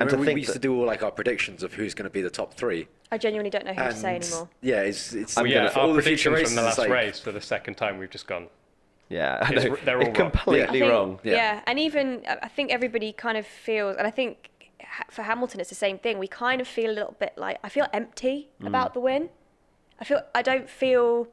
Speaker 1: And
Speaker 3: And
Speaker 1: to
Speaker 3: we,
Speaker 1: think
Speaker 3: we used
Speaker 1: that-
Speaker 3: to do all like our predictions of who's going to be the top three.
Speaker 5: I genuinely don't know who to
Speaker 3: And
Speaker 5: say anymore.
Speaker 3: yeah, it's it's
Speaker 4: Well, Oh, yeah,
Speaker 3: for
Speaker 4: our
Speaker 3: all the future
Speaker 4: predictions
Speaker 3: races,
Speaker 4: from the
Speaker 3: it's
Speaker 4: last
Speaker 3: like,
Speaker 4: race for the second time we've just gone.
Speaker 1: Yeah, I
Speaker 4: It's
Speaker 1: know.
Speaker 4: r- they're all wrong.
Speaker 3: I
Speaker 1: completely
Speaker 5: I think-
Speaker 1: wrong.
Speaker 3: Yeah.
Speaker 5: Yeah. and even uh, I I think everybody kind of feels, and I think ha- for Hamilton it's the same thing. We kind of feel a little bit like I feel empty
Speaker 1: Mm.
Speaker 5: about the win. I feel I don't feel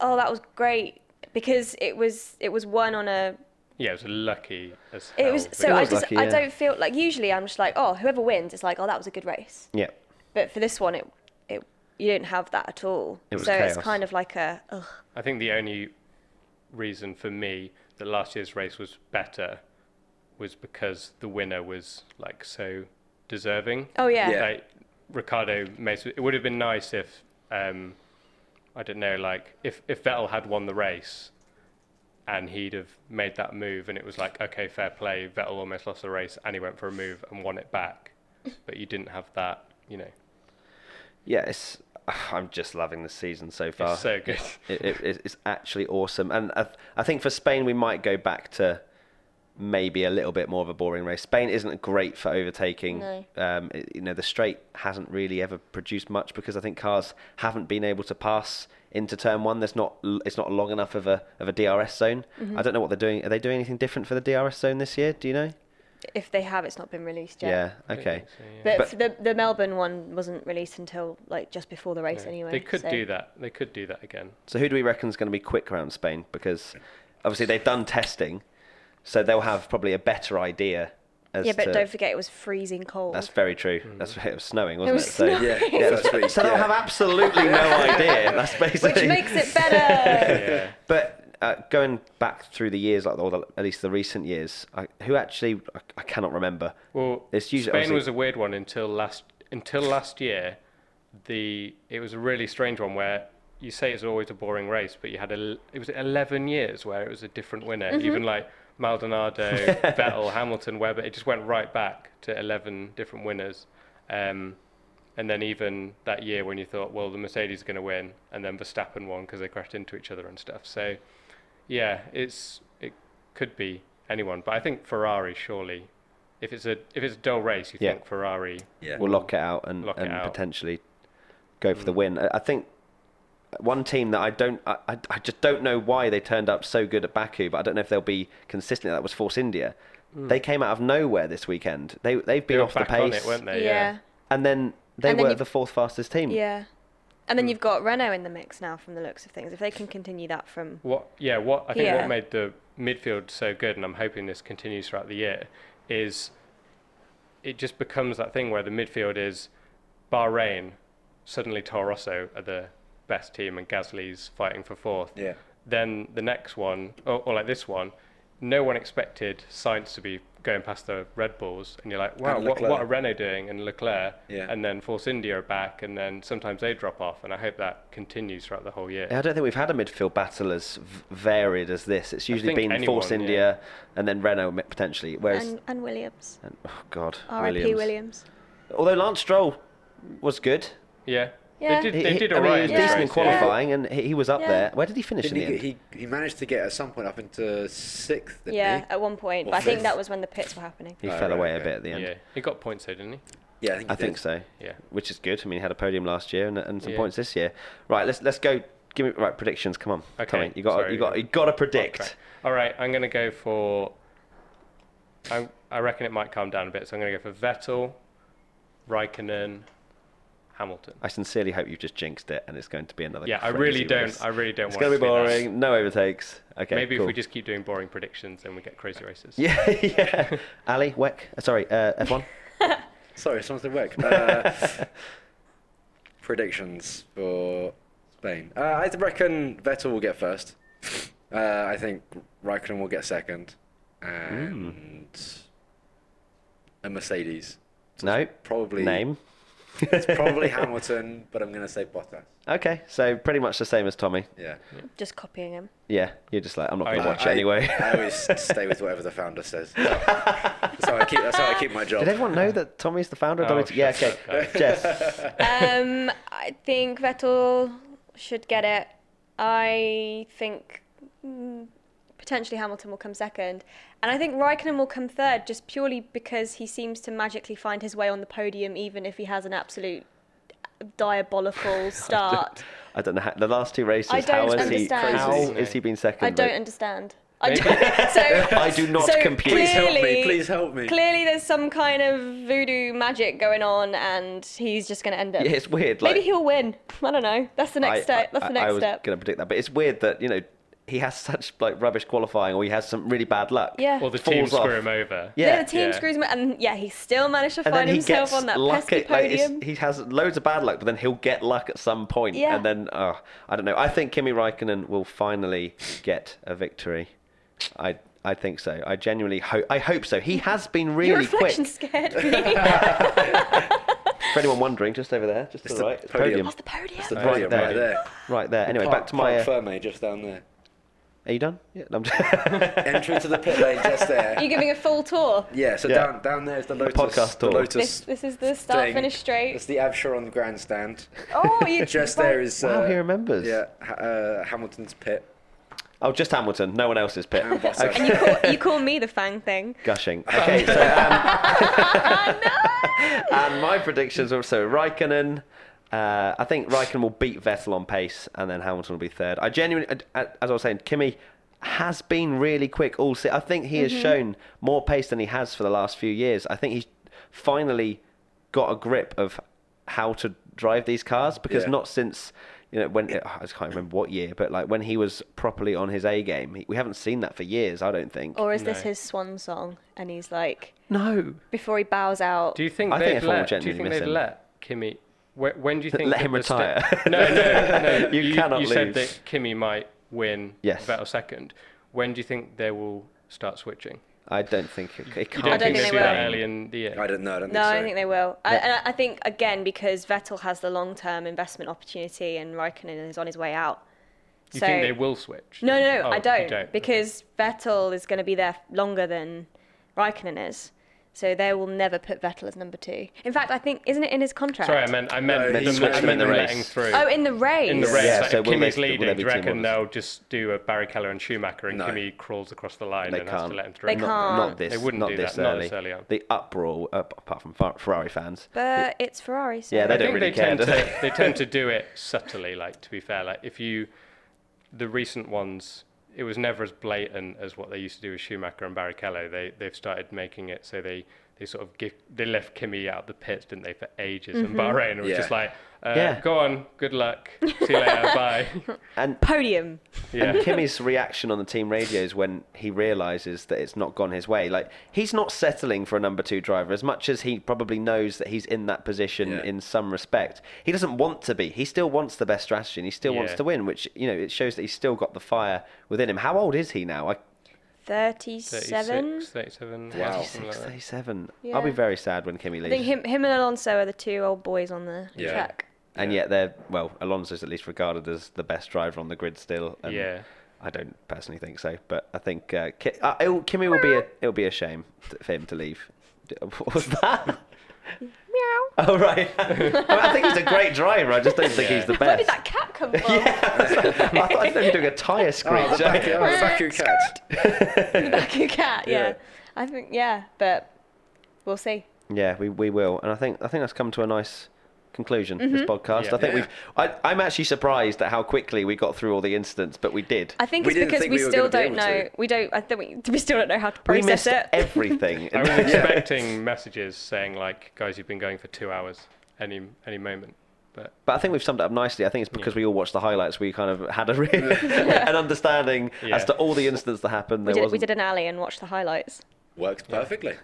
Speaker 5: oh that was great because it was it was won on a
Speaker 4: Yeah, it was lucky as hell.
Speaker 5: it was so
Speaker 4: because-
Speaker 5: I
Speaker 1: was
Speaker 5: just
Speaker 1: lucky,
Speaker 5: I
Speaker 1: yeah.
Speaker 5: don't feel like usually I'm just like oh whoever wins it's like oh that was a good race
Speaker 1: Yeah.
Speaker 5: but for this one it it you didn't have that at all
Speaker 1: It was
Speaker 5: so
Speaker 1: chaos.
Speaker 5: it's kind of like a ugh.
Speaker 4: I think the only reason for me that last year's race was better was because the winner was like so deserving.
Speaker 5: oh yeah,
Speaker 3: Yeah.
Speaker 4: Like Ricardo made. It would have been nice if um, I don't know, like if if Vettel had won the race, and he'd have made that move, and it was like okay, fair play. Vettel almost lost the race, and he went for a move and won it
Speaker 5: [laughs]
Speaker 4: back, but you didn't have that, you know.
Speaker 1: Yeah, it's. [sighs] I'm just loving this season so far.
Speaker 4: It's so good.
Speaker 1: it, it, it's- it's actually awesome. And I, I think for Spain, we might go back to maybe a little bit more of a boring race. Spain isn't great for overtaking.
Speaker 5: No.
Speaker 1: Um, it- you know, the straight hasn't really ever produced much because I think cars haven't been able to pass into turn one. There's not l- it's not long enough of a of a DRS zone. I don't know what they're doing. Are they doing anything different for the DRS zone this year? Do you know?
Speaker 5: If they have, it's not been released yet.
Speaker 1: Yeah.
Speaker 4: I
Speaker 1: Okay.
Speaker 4: think so, yeah.
Speaker 5: But,
Speaker 1: But-
Speaker 5: the the Melbourne one wasn't released until like just before the race
Speaker 4: Yeah.
Speaker 5: anyway.
Speaker 4: They could
Speaker 5: so-
Speaker 4: do that. They could do that again.
Speaker 1: So who do we reckon is going to be quick around Spain? Because obviously they've done testing, so they'll have probably a better idea. As
Speaker 5: Yeah, but
Speaker 1: to,
Speaker 5: don't forget it was freezing cold.
Speaker 1: That's very true. That's it was snowing, wasn't it?
Speaker 5: was
Speaker 1: So,
Speaker 3: Yeah,
Speaker 4: [laughs]
Speaker 1: yeah,
Speaker 3: yeah, that's
Speaker 1: so,
Speaker 3: week,
Speaker 1: Mm. [laughs] so they'll
Speaker 3: yeah.
Speaker 1: have absolutely [laughs] no idea. That's basically.
Speaker 5: Which makes [laughs] it better.
Speaker 4: Yeah.
Speaker 1: But uh, going back through the years, like or the, at least the recent years, I, who actually I, I cannot remember.
Speaker 4: Well,
Speaker 1: It's usually-
Speaker 4: Spain
Speaker 1: obviously-
Speaker 4: was a weird one until last until last year. The it was a really strange one where you say it's always a boring race, but you had a it was eleven years where it was a different winner. Even like Maldonado, Vettel, Hamilton, Webber, it just went right back to eleven different winners. Um, and then even that year when you thought, well, the Mercedes are going to win, and then Verstappen won because they crashed into each other and stuff. So, yeah, it's it could be anyone, but I think Ferrari surely. If it's a if it's a dull race, you
Speaker 1: Yeah.
Speaker 4: think Ferrari.
Speaker 3: Yeah.
Speaker 1: We'll lock it out and,
Speaker 4: Lock it
Speaker 1: and
Speaker 4: out. Mm.
Speaker 1: potentially go for the win. I, I think one team that I don't, I, I, I just don't know why they turned up so good at Baku, but I don't know if they'll be consistent. That was Force India. They came out of nowhere this weekend. They they've
Speaker 4: Mm. They
Speaker 1: been
Speaker 4: were
Speaker 1: off the
Speaker 4: back on
Speaker 1: pace,
Speaker 4: it, weren't
Speaker 5: yeah.
Speaker 4: they?
Speaker 5: yeah.
Speaker 1: and then they
Speaker 5: And then
Speaker 1: were
Speaker 5: you-
Speaker 1: the fourth fastest team.
Speaker 5: And
Speaker 4: Hmm.
Speaker 5: then you've got Renault in the mix now from the looks of things. If they can continue that from
Speaker 4: What? Yeah. What I think
Speaker 5: Yeah.
Speaker 4: what made the midfield so good, and I'm hoping this continues throughout the year, is it just becomes that thing where the midfield is Bahrain, suddenly Toro Rosso are the best team, and Gasly's fighting for fourth.
Speaker 3: Yeah.
Speaker 4: Then the next one, or, or like this one, no one expected Science to be going past the Red Bulls, and you're like, wow,
Speaker 3: And
Speaker 4: what, what are
Speaker 3: Leclerc.
Speaker 4: Renault doing? And Leclerc,
Speaker 3: Yeah.
Speaker 4: and then Force India are back, and then sometimes they drop off, and I hope that continues throughout the whole year.
Speaker 1: I don't think we've had a midfield battle as v- varied as this. It's usually
Speaker 4: think
Speaker 1: been
Speaker 4: anyone,
Speaker 1: Force
Speaker 4: yeah.
Speaker 1: India and then Renault mi- potentially. Whereas,
Speaker 5: and, and Williams.
Speaker 1: and- oh god,
Speaker 5: R.I.P. Uh, Williams.
Speaker 1: Although Lance Stroll was good,
Speaker 4: Yeah.
Speaker 5: Yeah.
Speaker 4: They did,
Speaker 1: He-
Speaker 4: they
Speaker 1: he-
Speaker 4: did
Speaker 1: I
Speaker 4: all
Speaker 1: mean,
Speaker 4: right.
Speaker 1: He was
Speaker 4: in
Speaker 5: the
Speaker 1: decent in
Speaker 4: this race, yeah.
Speaker 1: qualifying, and he he was up
Speaker 5: Yeah.
Speaker 1: there. Where did he finish
Speaker 3: Didn't he,
Speaker 1: in the
Speaker 3: get,
Speaker 1: end?
Speaker 3: he, he managed to get at some point up into sixth, didn't
Speaker 5: Yeah, uh,
Speaker 3: he?
Speaker 5: at one point.
Speaker 3: Or
Speaker 5: But I think
Speaker 3: fifth.
Speaker 5: that was when the pits were happening.
Speaker 1: He
Speaker 3: Oh,
Speaker 1: fell
Speaker 3: right,
Speaker 1: away a
Speaker 3: okay.
Speaker 1: bit at the end.
Speaker 4: Yeah. He got points though, didn't he?
Speaker 3: Yeah, I think, he
Speaker 1: I think
Speaker 3: did.
Speaker 1: so.
Speaker 4: Yeah.
Speaker 1: Which is good. I mean, he had a podium last year and, and some
Speaker 4: Yeah.
Speaker 1: points this year. Right, let's let's go. Give me right predictions. Come on,
Speaker 4: Okay,
Speaker 1: Tommy. You got
Speaker 4: sorry.
Speaker 1: you got you got to predict.
Speaker 4: Correct. All right, I'm going to go for. I, I reckon it might calm down a bit, so I'm going to go for Vettel, Raikkonen, Hamilton.
Speaker 1: I sincerely hope you've just jinxed it, and it's going to be another.
Speaker 4: Yeah, I
Speaker 1: crazy
Speaker 4: really don't.
Speaker 1: race.
Speaker 4: I really don't
Speaker 1: It's going to
Speaker 4: want
Speaker 1: be
Speaker 4: see that.
Speaker 1: boring. No overtakes. Okay.
Speaker 4: Maybe
Speaker 1: cool.
Speaker 4: if we just keep doing boring predictions, then we get crazy races.
Speaker 1: [laughs] Yeah, yeah. Ali, Weck. uh, Sorry, uh,
Speaker 4: [laughs]
Speaker 1: F1.
Speaker 3: Sorry, someone said work. Uh, predictions for Spain. Uh, I reckon Vettel will get first. Uh, I think Raikkonen will get second,
Speaker 4: Hmm.
Speaker 3: and a Mercedes.
Speaker 1: no.
Speaker 3: probably-
Speaker 1: Name.
Speaker 3: It's
Speaker 4: [laughs]
Speaker 3: probably Hamilton, but I'm gonna say Bottas.
Speaker 1: [laughs] Okay, so pretty much the same as Tommy.
Speaker 3: Yeah.
Speaker 5: Just copying him.
Speaker 1: Yeah, you're just like I'm not
Speaker 4: I-
Speaker 1: going to watch
Speaker 3: I-
Speaker 1: it anyway.
Speaker 3: I
Speaker 1: [laughs]
Speaker 3: always stay with whatever the founder says. That's how I keep. That's how I keep my job.
Speaker 1: Did everyone know that Tommy's the founder? of
Speaker 4: Oh,
Speaker 1: WT? yeah,
Speaker 3: [laughs]
Speaker 1: okay.
Speaker 4: shut up,
Speaker 1: Jess.
Speaker 5: Um, I think Vettel should get it. I think mm, potentially Hamilton will come second, and I think Raikkonen will come third, just purely because he seems to magically find his way on the podium, even if he has an absolute
Speaker 3: [laughs]
Speaker 5: diabolical start.
Speaker 1: I don't know how, the last two races.
Speaker 5: I don't
Speaker 1: how is
Speaker 5: understand.
Speaker 1: he? How
Speaker 4: Crazy.
Speaker 1: is he been second?
Speaker 5: I don't
Speaker 1: Luke?
Speaker 5: understand. I don't, [laughs] so,
Speaker 3: [laughs]
Speaker 1: I do not
Speaker 5: so
Speaker 1: compute.
Speaker 3: Please help me.
Speaker 5: clearly-
Speaker 3: Please help me.
Speaker 5: Clearly, there's some kind of voodoo magic going on, and he's just going to end
Speaker 1: [laughs]
Speaker 5: up.
Speaker 1: Yeah, it's weird. Like,
Speaker 5: Maybe he'll win. I don't know. That's the next step. That's the next
Speaker 1: I, I was
Speaker 5: step.
Speaker 1: going to predict that, but it's weird that you know he has such like rubbish qualifying, or he has some really bad luck.
Speaker 5: Yeah.
Speaker 4: Or the
Speaker 1: Falls
Speaker 4: team
Speaker 1: off.
Speaker 4: screw him over.
Speaker 1: Yeah.
Speaker 5: No, the team
Speaker 4: Yeah.
Speaker 5: screws him, and yeah, he still managed to
Speaker 1: And then
Speaker 5: find
Speaker 1: he
Speaker 5: himself
Speaker 1: gets
Speaker 5: on that
Speaker 1: lucky.
Speaker 5: pesky
Speaker 1: Like, it's-
Speaker 5: podium.
Speaker 1: he has loads of bad luck, but then he'll get luck at some point.
Speaker 5: Yeah.
Speaker 1: And then, oh, I don't know. I think Kimi Raikkonen will finally get a victory. I I think so. I genuinely hope. I hope so. He has been [laughs]
Speaker 5: Your
Speaker 1: really quick.
Speaker 5: reflection scared me.
Speaker 1: For anyone wondering, just over there, just to
Speaker 3: It's
Speaker 1: the
Speaker 3: the
Speaker 1: right, it's
Speaker 3: podium.
Speaker 1: podium.
Speaker 2: That's the podium.
Speaker 3: the
Speaker 1: Right
Speaker 3: podium
Speaker 1: there.
Speaker 3: right there.
Speaker 1: Right there. Anyway, back to
Speaker 3: Parc
Speaker 1: my. Uh,
Speaker 3: Ferme just down there.
Speaker 1: are you done? Yeah. no, I'm [laughs] just-
Speaker 3: Entry to the pit lane just
Speaker 5: Are you
Speaker 3: there.
Speaker 5: giving a full tour?
Speaker 3: Yeah, so
Speaker 1: Yeah.
Speaker 3: down down there is the Lotus
Speaker 1: podcast
Speaker 3: the
Speaker 1: tour.
Speaker 5: This
Speaker 3: Lotus
Speaker 5: this is the start
Speaker 3: thing.
Speaker 5: finish straight.
Speaker 3: It's the Absheron grandstand.
Speaker 5: Oh,
Speaker 1: [laughs]
Speaker 5: you
Speaker 3: Just
Speaker 5: well,
Speaker 3: there is uh,
Speaker 1: wow, he remembers.
Speaker 3: yeah Ha- uh,
Speaker 5: [laughs]
Speaker 3: Hamilton's pit.
Speaker 1: Oh, just Hamilton. No one else's pit.
Speaker 3: And Bottas.
Speaker 1: Okay.
Speaker 5: And you call, you call me the Fang thing.
Speaker 1: Gushing. Okay, so. Um, [laughs] and my predictions were so Raikkonen. Uh, I think Raikkonen will beat Vettel on pace, and then Hamilton will be third. I genuinely, uh, as I was saying, Kimi has been really quick all se- I think he has shown more pace than he has for the last few years. I think he's finally got a grip of how to drive these cars because
Speaker 3: Yeah.
Speaker 1: not since you know when I just can't remember what year, but like when he was properly on his A game, he- we haven't seen that for years. I don't think.
Speaker 5: Or is this
Speaker 4: No.
Speaker 5: his swan song? And he's like,
Speaker 1: no.
Speaker 5: before he bows out,
Speaker 4: Do you think
Speaker 1: I think
Speaker 4: they'd
Speaker 1: if I were
Speaker 4: let? Do you
Speaker 1: genuinely
Speaker 4: think they'd
Speaker 1: missing-
Speaker 4: let Kimmy? Wh- when do you think
Speaker 1: Let
Speaker 4: that
Speaker 1: him
Speaker 4: the sta-
Speaker 1: retire.
Speaker 4: no, no, no.
Speaker 1: [laughs] You cannot
Speaker 4: You said
Speaker 1: lose.
Speaker 4: that Kimmy might win.
Speaker 1: Yes.
Speaker 4: Vettel second. When do you think they will start switching?
Speaker 1: I don't think it, it
Speaker 4: You
Speaker 1: can't
Speaker 4: don't
Speaker 5: I
Speaker 4: think
Speaker 1: be
Speaker 4: they
Speaker 5: think
Speaker 4: do
Speaker 5: they
Speaker 4: that
Speaker 5: will.
Speaker 4: early in the year?
Speaker 3: I don't know. I don't
Speaker 5: No,
Speaker 3: think so.
Speaker 5: I
Speaker 3: [laughs]
Speaker 5: think they will. I, and I I think again because Vettel has the long-term investment opportunity and Raikkonen is on his way out.
Speaker 4: You
Speaker 5: so
Speaker 4: think they will switch?
Speaker 5: no, no, no,
Speaker 4: Oh,
Speaker 5: I
Speaker 4: you
Speaker 5: don't,
Speaker 4: don't.
Speaker 5: because Vettel is going to be there longer than Raikkonen is. So they will never put Vettel as number two. In fact, I think isn't it in his contract?
Speaker 4: Sorry, I meant I meant
Speaker 3: No, he
Speaker 4: them-
Speaker 3: switched
Speaker 4: I
Speaker 3: them
Speaker 4: meant
Speaker 3: in the
Speaker 4: them
Speaker 1: race.
Speaker 4: letting through.
Speaker 5: Oh, in the race.
Speaker 4: in the race,
Speaker 1: Yeah,
Speaker 4: like,
Speaker 1: so
Speaker 4: if
Speaker 1: will they-
Speaker 4: Kimmy's
Speaker 1: will they
Speaker 4: leading.
Speaker 1: be
Speaker 4: Do
Speaker 1: team
Speaker 4: you reckon
Speaker 1: orders?
Speaker 4: they'll just do a Barrichello and Schumacher, and
Speaker 3: No.
Speaker 4: Kimmy crawls across the line
Speaker 1: They
Speaker 4: and has
Speaker 1: can't.
Speaker 4: to let him through?
Speaker 5: They
Speaker 1: not,
Speaker 5: can't.
Speaker 1: Not this.
Speaker 4: They wouldn't
Speaker 1: not
Speaker 4: do
Speaker 1: this
Speaker 4: that, not
Speaker 1: early.
Speaker 4: this early on.
Speaker 1: The uproar, uh, apart from Fer- Ferrari fans.
Speaker 5: But it's Ferrari. So
Speaker 1: Yeah, they
Speaker 4: I
Speaker 1: don't
Speaker 4: think
Speaker 1: really
Speaker 4: they
Speaker 1: care,
Speaker 4: tend
Speaker 1: do
Speaker 4: to they tend
Speaker 1: [laughs]
Speaker 4: to do it subtly. Like to be fair, like if you the recent ones, it was never as blatant as what they used to do with Schumacher and Barrichello. They they've started making it so they. They sort of give, they left Kimi out of the pits, didn't they, for ages? And Bahrain was
Speaker 3: Yeah.
Speaker 4: just like, uh,
Speaker 1: Yeah.
Speaker 4: go on, good luck,
Speaker 1: [laughs]
Speaker 4: see you later, bye. [laughs]
Speaker 1: And
Speaker 5: Podium.
Speaker 4: Yeah.
Speaker 1: and [laughs] Kimmy's reaction on the team radio is when he realizes that it's not gone his way. Like he's not settling for a number two driver as much as he probably knows that he's in that position
Speaker 3: Yeah.
Speaker 1: in some respect. He doesn't want to be. He still wants the best strategy and he still wants
Speaker 4: Yeah.
Speaker 1: to win, which you know it shows that he's still got the fire within him. How old is he now? I,
Speaker 5: 37.
Speaker 4: 36, 37,
Speaker 3: Wow.
Speaker 4: something like
Speaker 1: 36,
Speaker 4: that.
Speaker 1: 37.
Speaker 5: Yeah.
Speaker 1: I'll be very sad when Kimmy leaves.
Speaker 5: I think him, him and Alonso are the two old boys on the
Speaker 3: Yeah.
Speaker 5: track.
Speaker 1: and yet they're well alonso's at least regarded as the best driver on the grid still and
Speaker 4: Yeah.
Speaker 1: i don't personally think so but i think uh, Ki- uh, it'll, kimmy will be a it'll be a shame t- for him to leave D- [laughs] what was that
Speaker 5: Meow.
Speaker 1: oh right [laughs] i think he's a great driver i just don't think he's the
Speaker 5: Where did
Speaker 1: best
Speaker 5: that cat come
Speaker 1: [laughs]
Speaker 5: from?
Speaker 1: i thought i was doing a tire screech
Speaker 3: Oh, the back, oh, the back of your cat.
Speaker 5: Cuckoo cat, yeah.
Speaker 3: Yeah.
Speaker 5: I think yeah, but we'll see.
Speaker 1: [laughs] Yeah, we, we will, and I think I think that's come to a nice conclusion. This podcast,
Speaker 4: Yeah.
Speaker 1: I think
Speaker 3: Yeah.
Speaker 1: we've. I, I'm actually surprised at how quickly we got through all the incidents, but we did.
Speaker 5: I think
Speaker 3: We
Speaker 5: it's
Speaker 3: didn't
Speaker 5: because
Speaker 3: think
Speaker 5: we,
Speaker 3: we were
Speaker 5: still
Speaker 3: gonna
Speaker 5: don't
Speaker 3: be
Speaker 5: know.
Speaker 3: able
Speaker 5: We don't. I think we, we still don't know how to
Speaker 1: we
Speaker 5: process
Speaker 1: missed
Speaker 5: it.
Speaker 1: everything. [laughs]
Speaker 4: I was expecting messages saying like, "Guys, you've been going for two hours. Any any moment." But
Speaker 1: But I think we've summed it up nicely. I think it's because we all watched the highlights. We kind of
Speaker 5: [laughs]
Speaker 1: had a re- an understanding
Speaker 4: Yeah.
Speaker 1: as to all the incidents that happened.
Speaker 5: we
Speaker 1: There
Speaker 5: did, we
Speaker 1: wasn't-
Speaker 5: did an alley and watched the highlights.
Speaker 3: Works perfectly.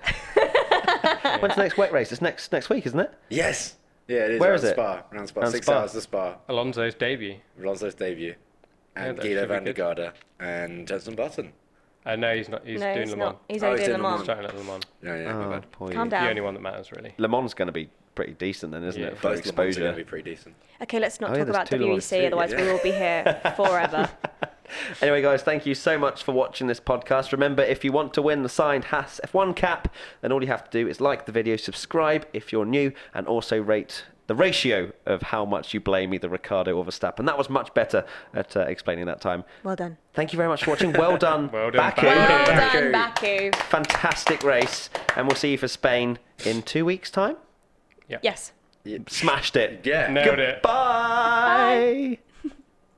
Speaker 1: When's the next wet race? It's next next week, isn't it?
Speaker 3: Yes. Yeah, it is.
Speaker 1: Where
Speaker 3: around
Speaker 1: is it?
Speaker 3: Spa. Around Spa.
Speaker 1: Around
Speaker 3: Six
Speaker 1: Spa.
Speaker 3: hours to Spa.
Speaker 4: Alonso's debut.
Speaker 3: Alonso's debut. And
Speaker 4: that
Speaker 3: Guido
Speaker 4: should be
Speaker 3: van der
Speaker 4: good.
Speaker 3: Garde and Jenson Button.
Speaker 4: Uh, no, he's not. He's
Speaker 5: no,
Speaker 4: doing
Speaker 5: he's
Speaker 4: Le Mans.
Speaker 5: not. He's
Speaker 3: Oh,
Speaker 5: only
Speaker 3: he's
Speaker 5: doing
Speaker 3: doing
Speaker 5: Le
Speaker 3: Le
Speaker 5: Mans.
Speaker 4: Starting at Le Mans.
Speaker 3: Yeah, yeah, my bad.
Speaker 1: poor
Speaker 5: Calm
Speaker 1: you.
Speaker 4: The
Speaker 5: down.
Speaker 4: only one that matters really.
Speaker 1: Le Mans going to be pretty decent then, isn't
Speaker 4: Yeah.
Speaker 1: it? For
Speaker 3: Both Le Mans are going to
Speaker 1: exposure.
Speaker 3: be pretty decent.
Speaker 5: Okay, let's not
Speaker 1: Oh, yeah,
Speaker 5: talk
Speaker 1: there's
Speaker 5: about
Speaker 1: two Le Mans,
Speaker 5: WEC,
Speaker 1: two,
Speaker 5: other's
Speaker 3: yeah.
Speaker 5: we will be here
Speaker 1: [laughs]
Speaker 5: forever.
Speaker 1: Anyway, guys, thank you so much for watching this podcast. Remember, if you want to win the signed Haas F1 cap, then all you have to do is like the video, subscribe if you're new, and also rate the ratio of how much you blame either Ricardo or Verstappen. That was much better at uh, explaining that time.
Speaker 5: well done.
Speaker 1: Thank you very much for watching.
Speaker 4: [laughs]
Speaker 1: Well done,
Speaker 4: Well done,
Speaker 1: Baku.
Speaker 4: Baku.
Speaker 5: Well
Speaker 3: Baku.
Speaker 5: done, Baku.
Speaker 1: Fantastic race, and we'll see you for Spain in two weeks' time.
Speaker 5: Yes.
Speaker 1: Smashed it.
Speaker 3: Yeah.
Speaker 4: Nailed it.
Speaker 1: Bye.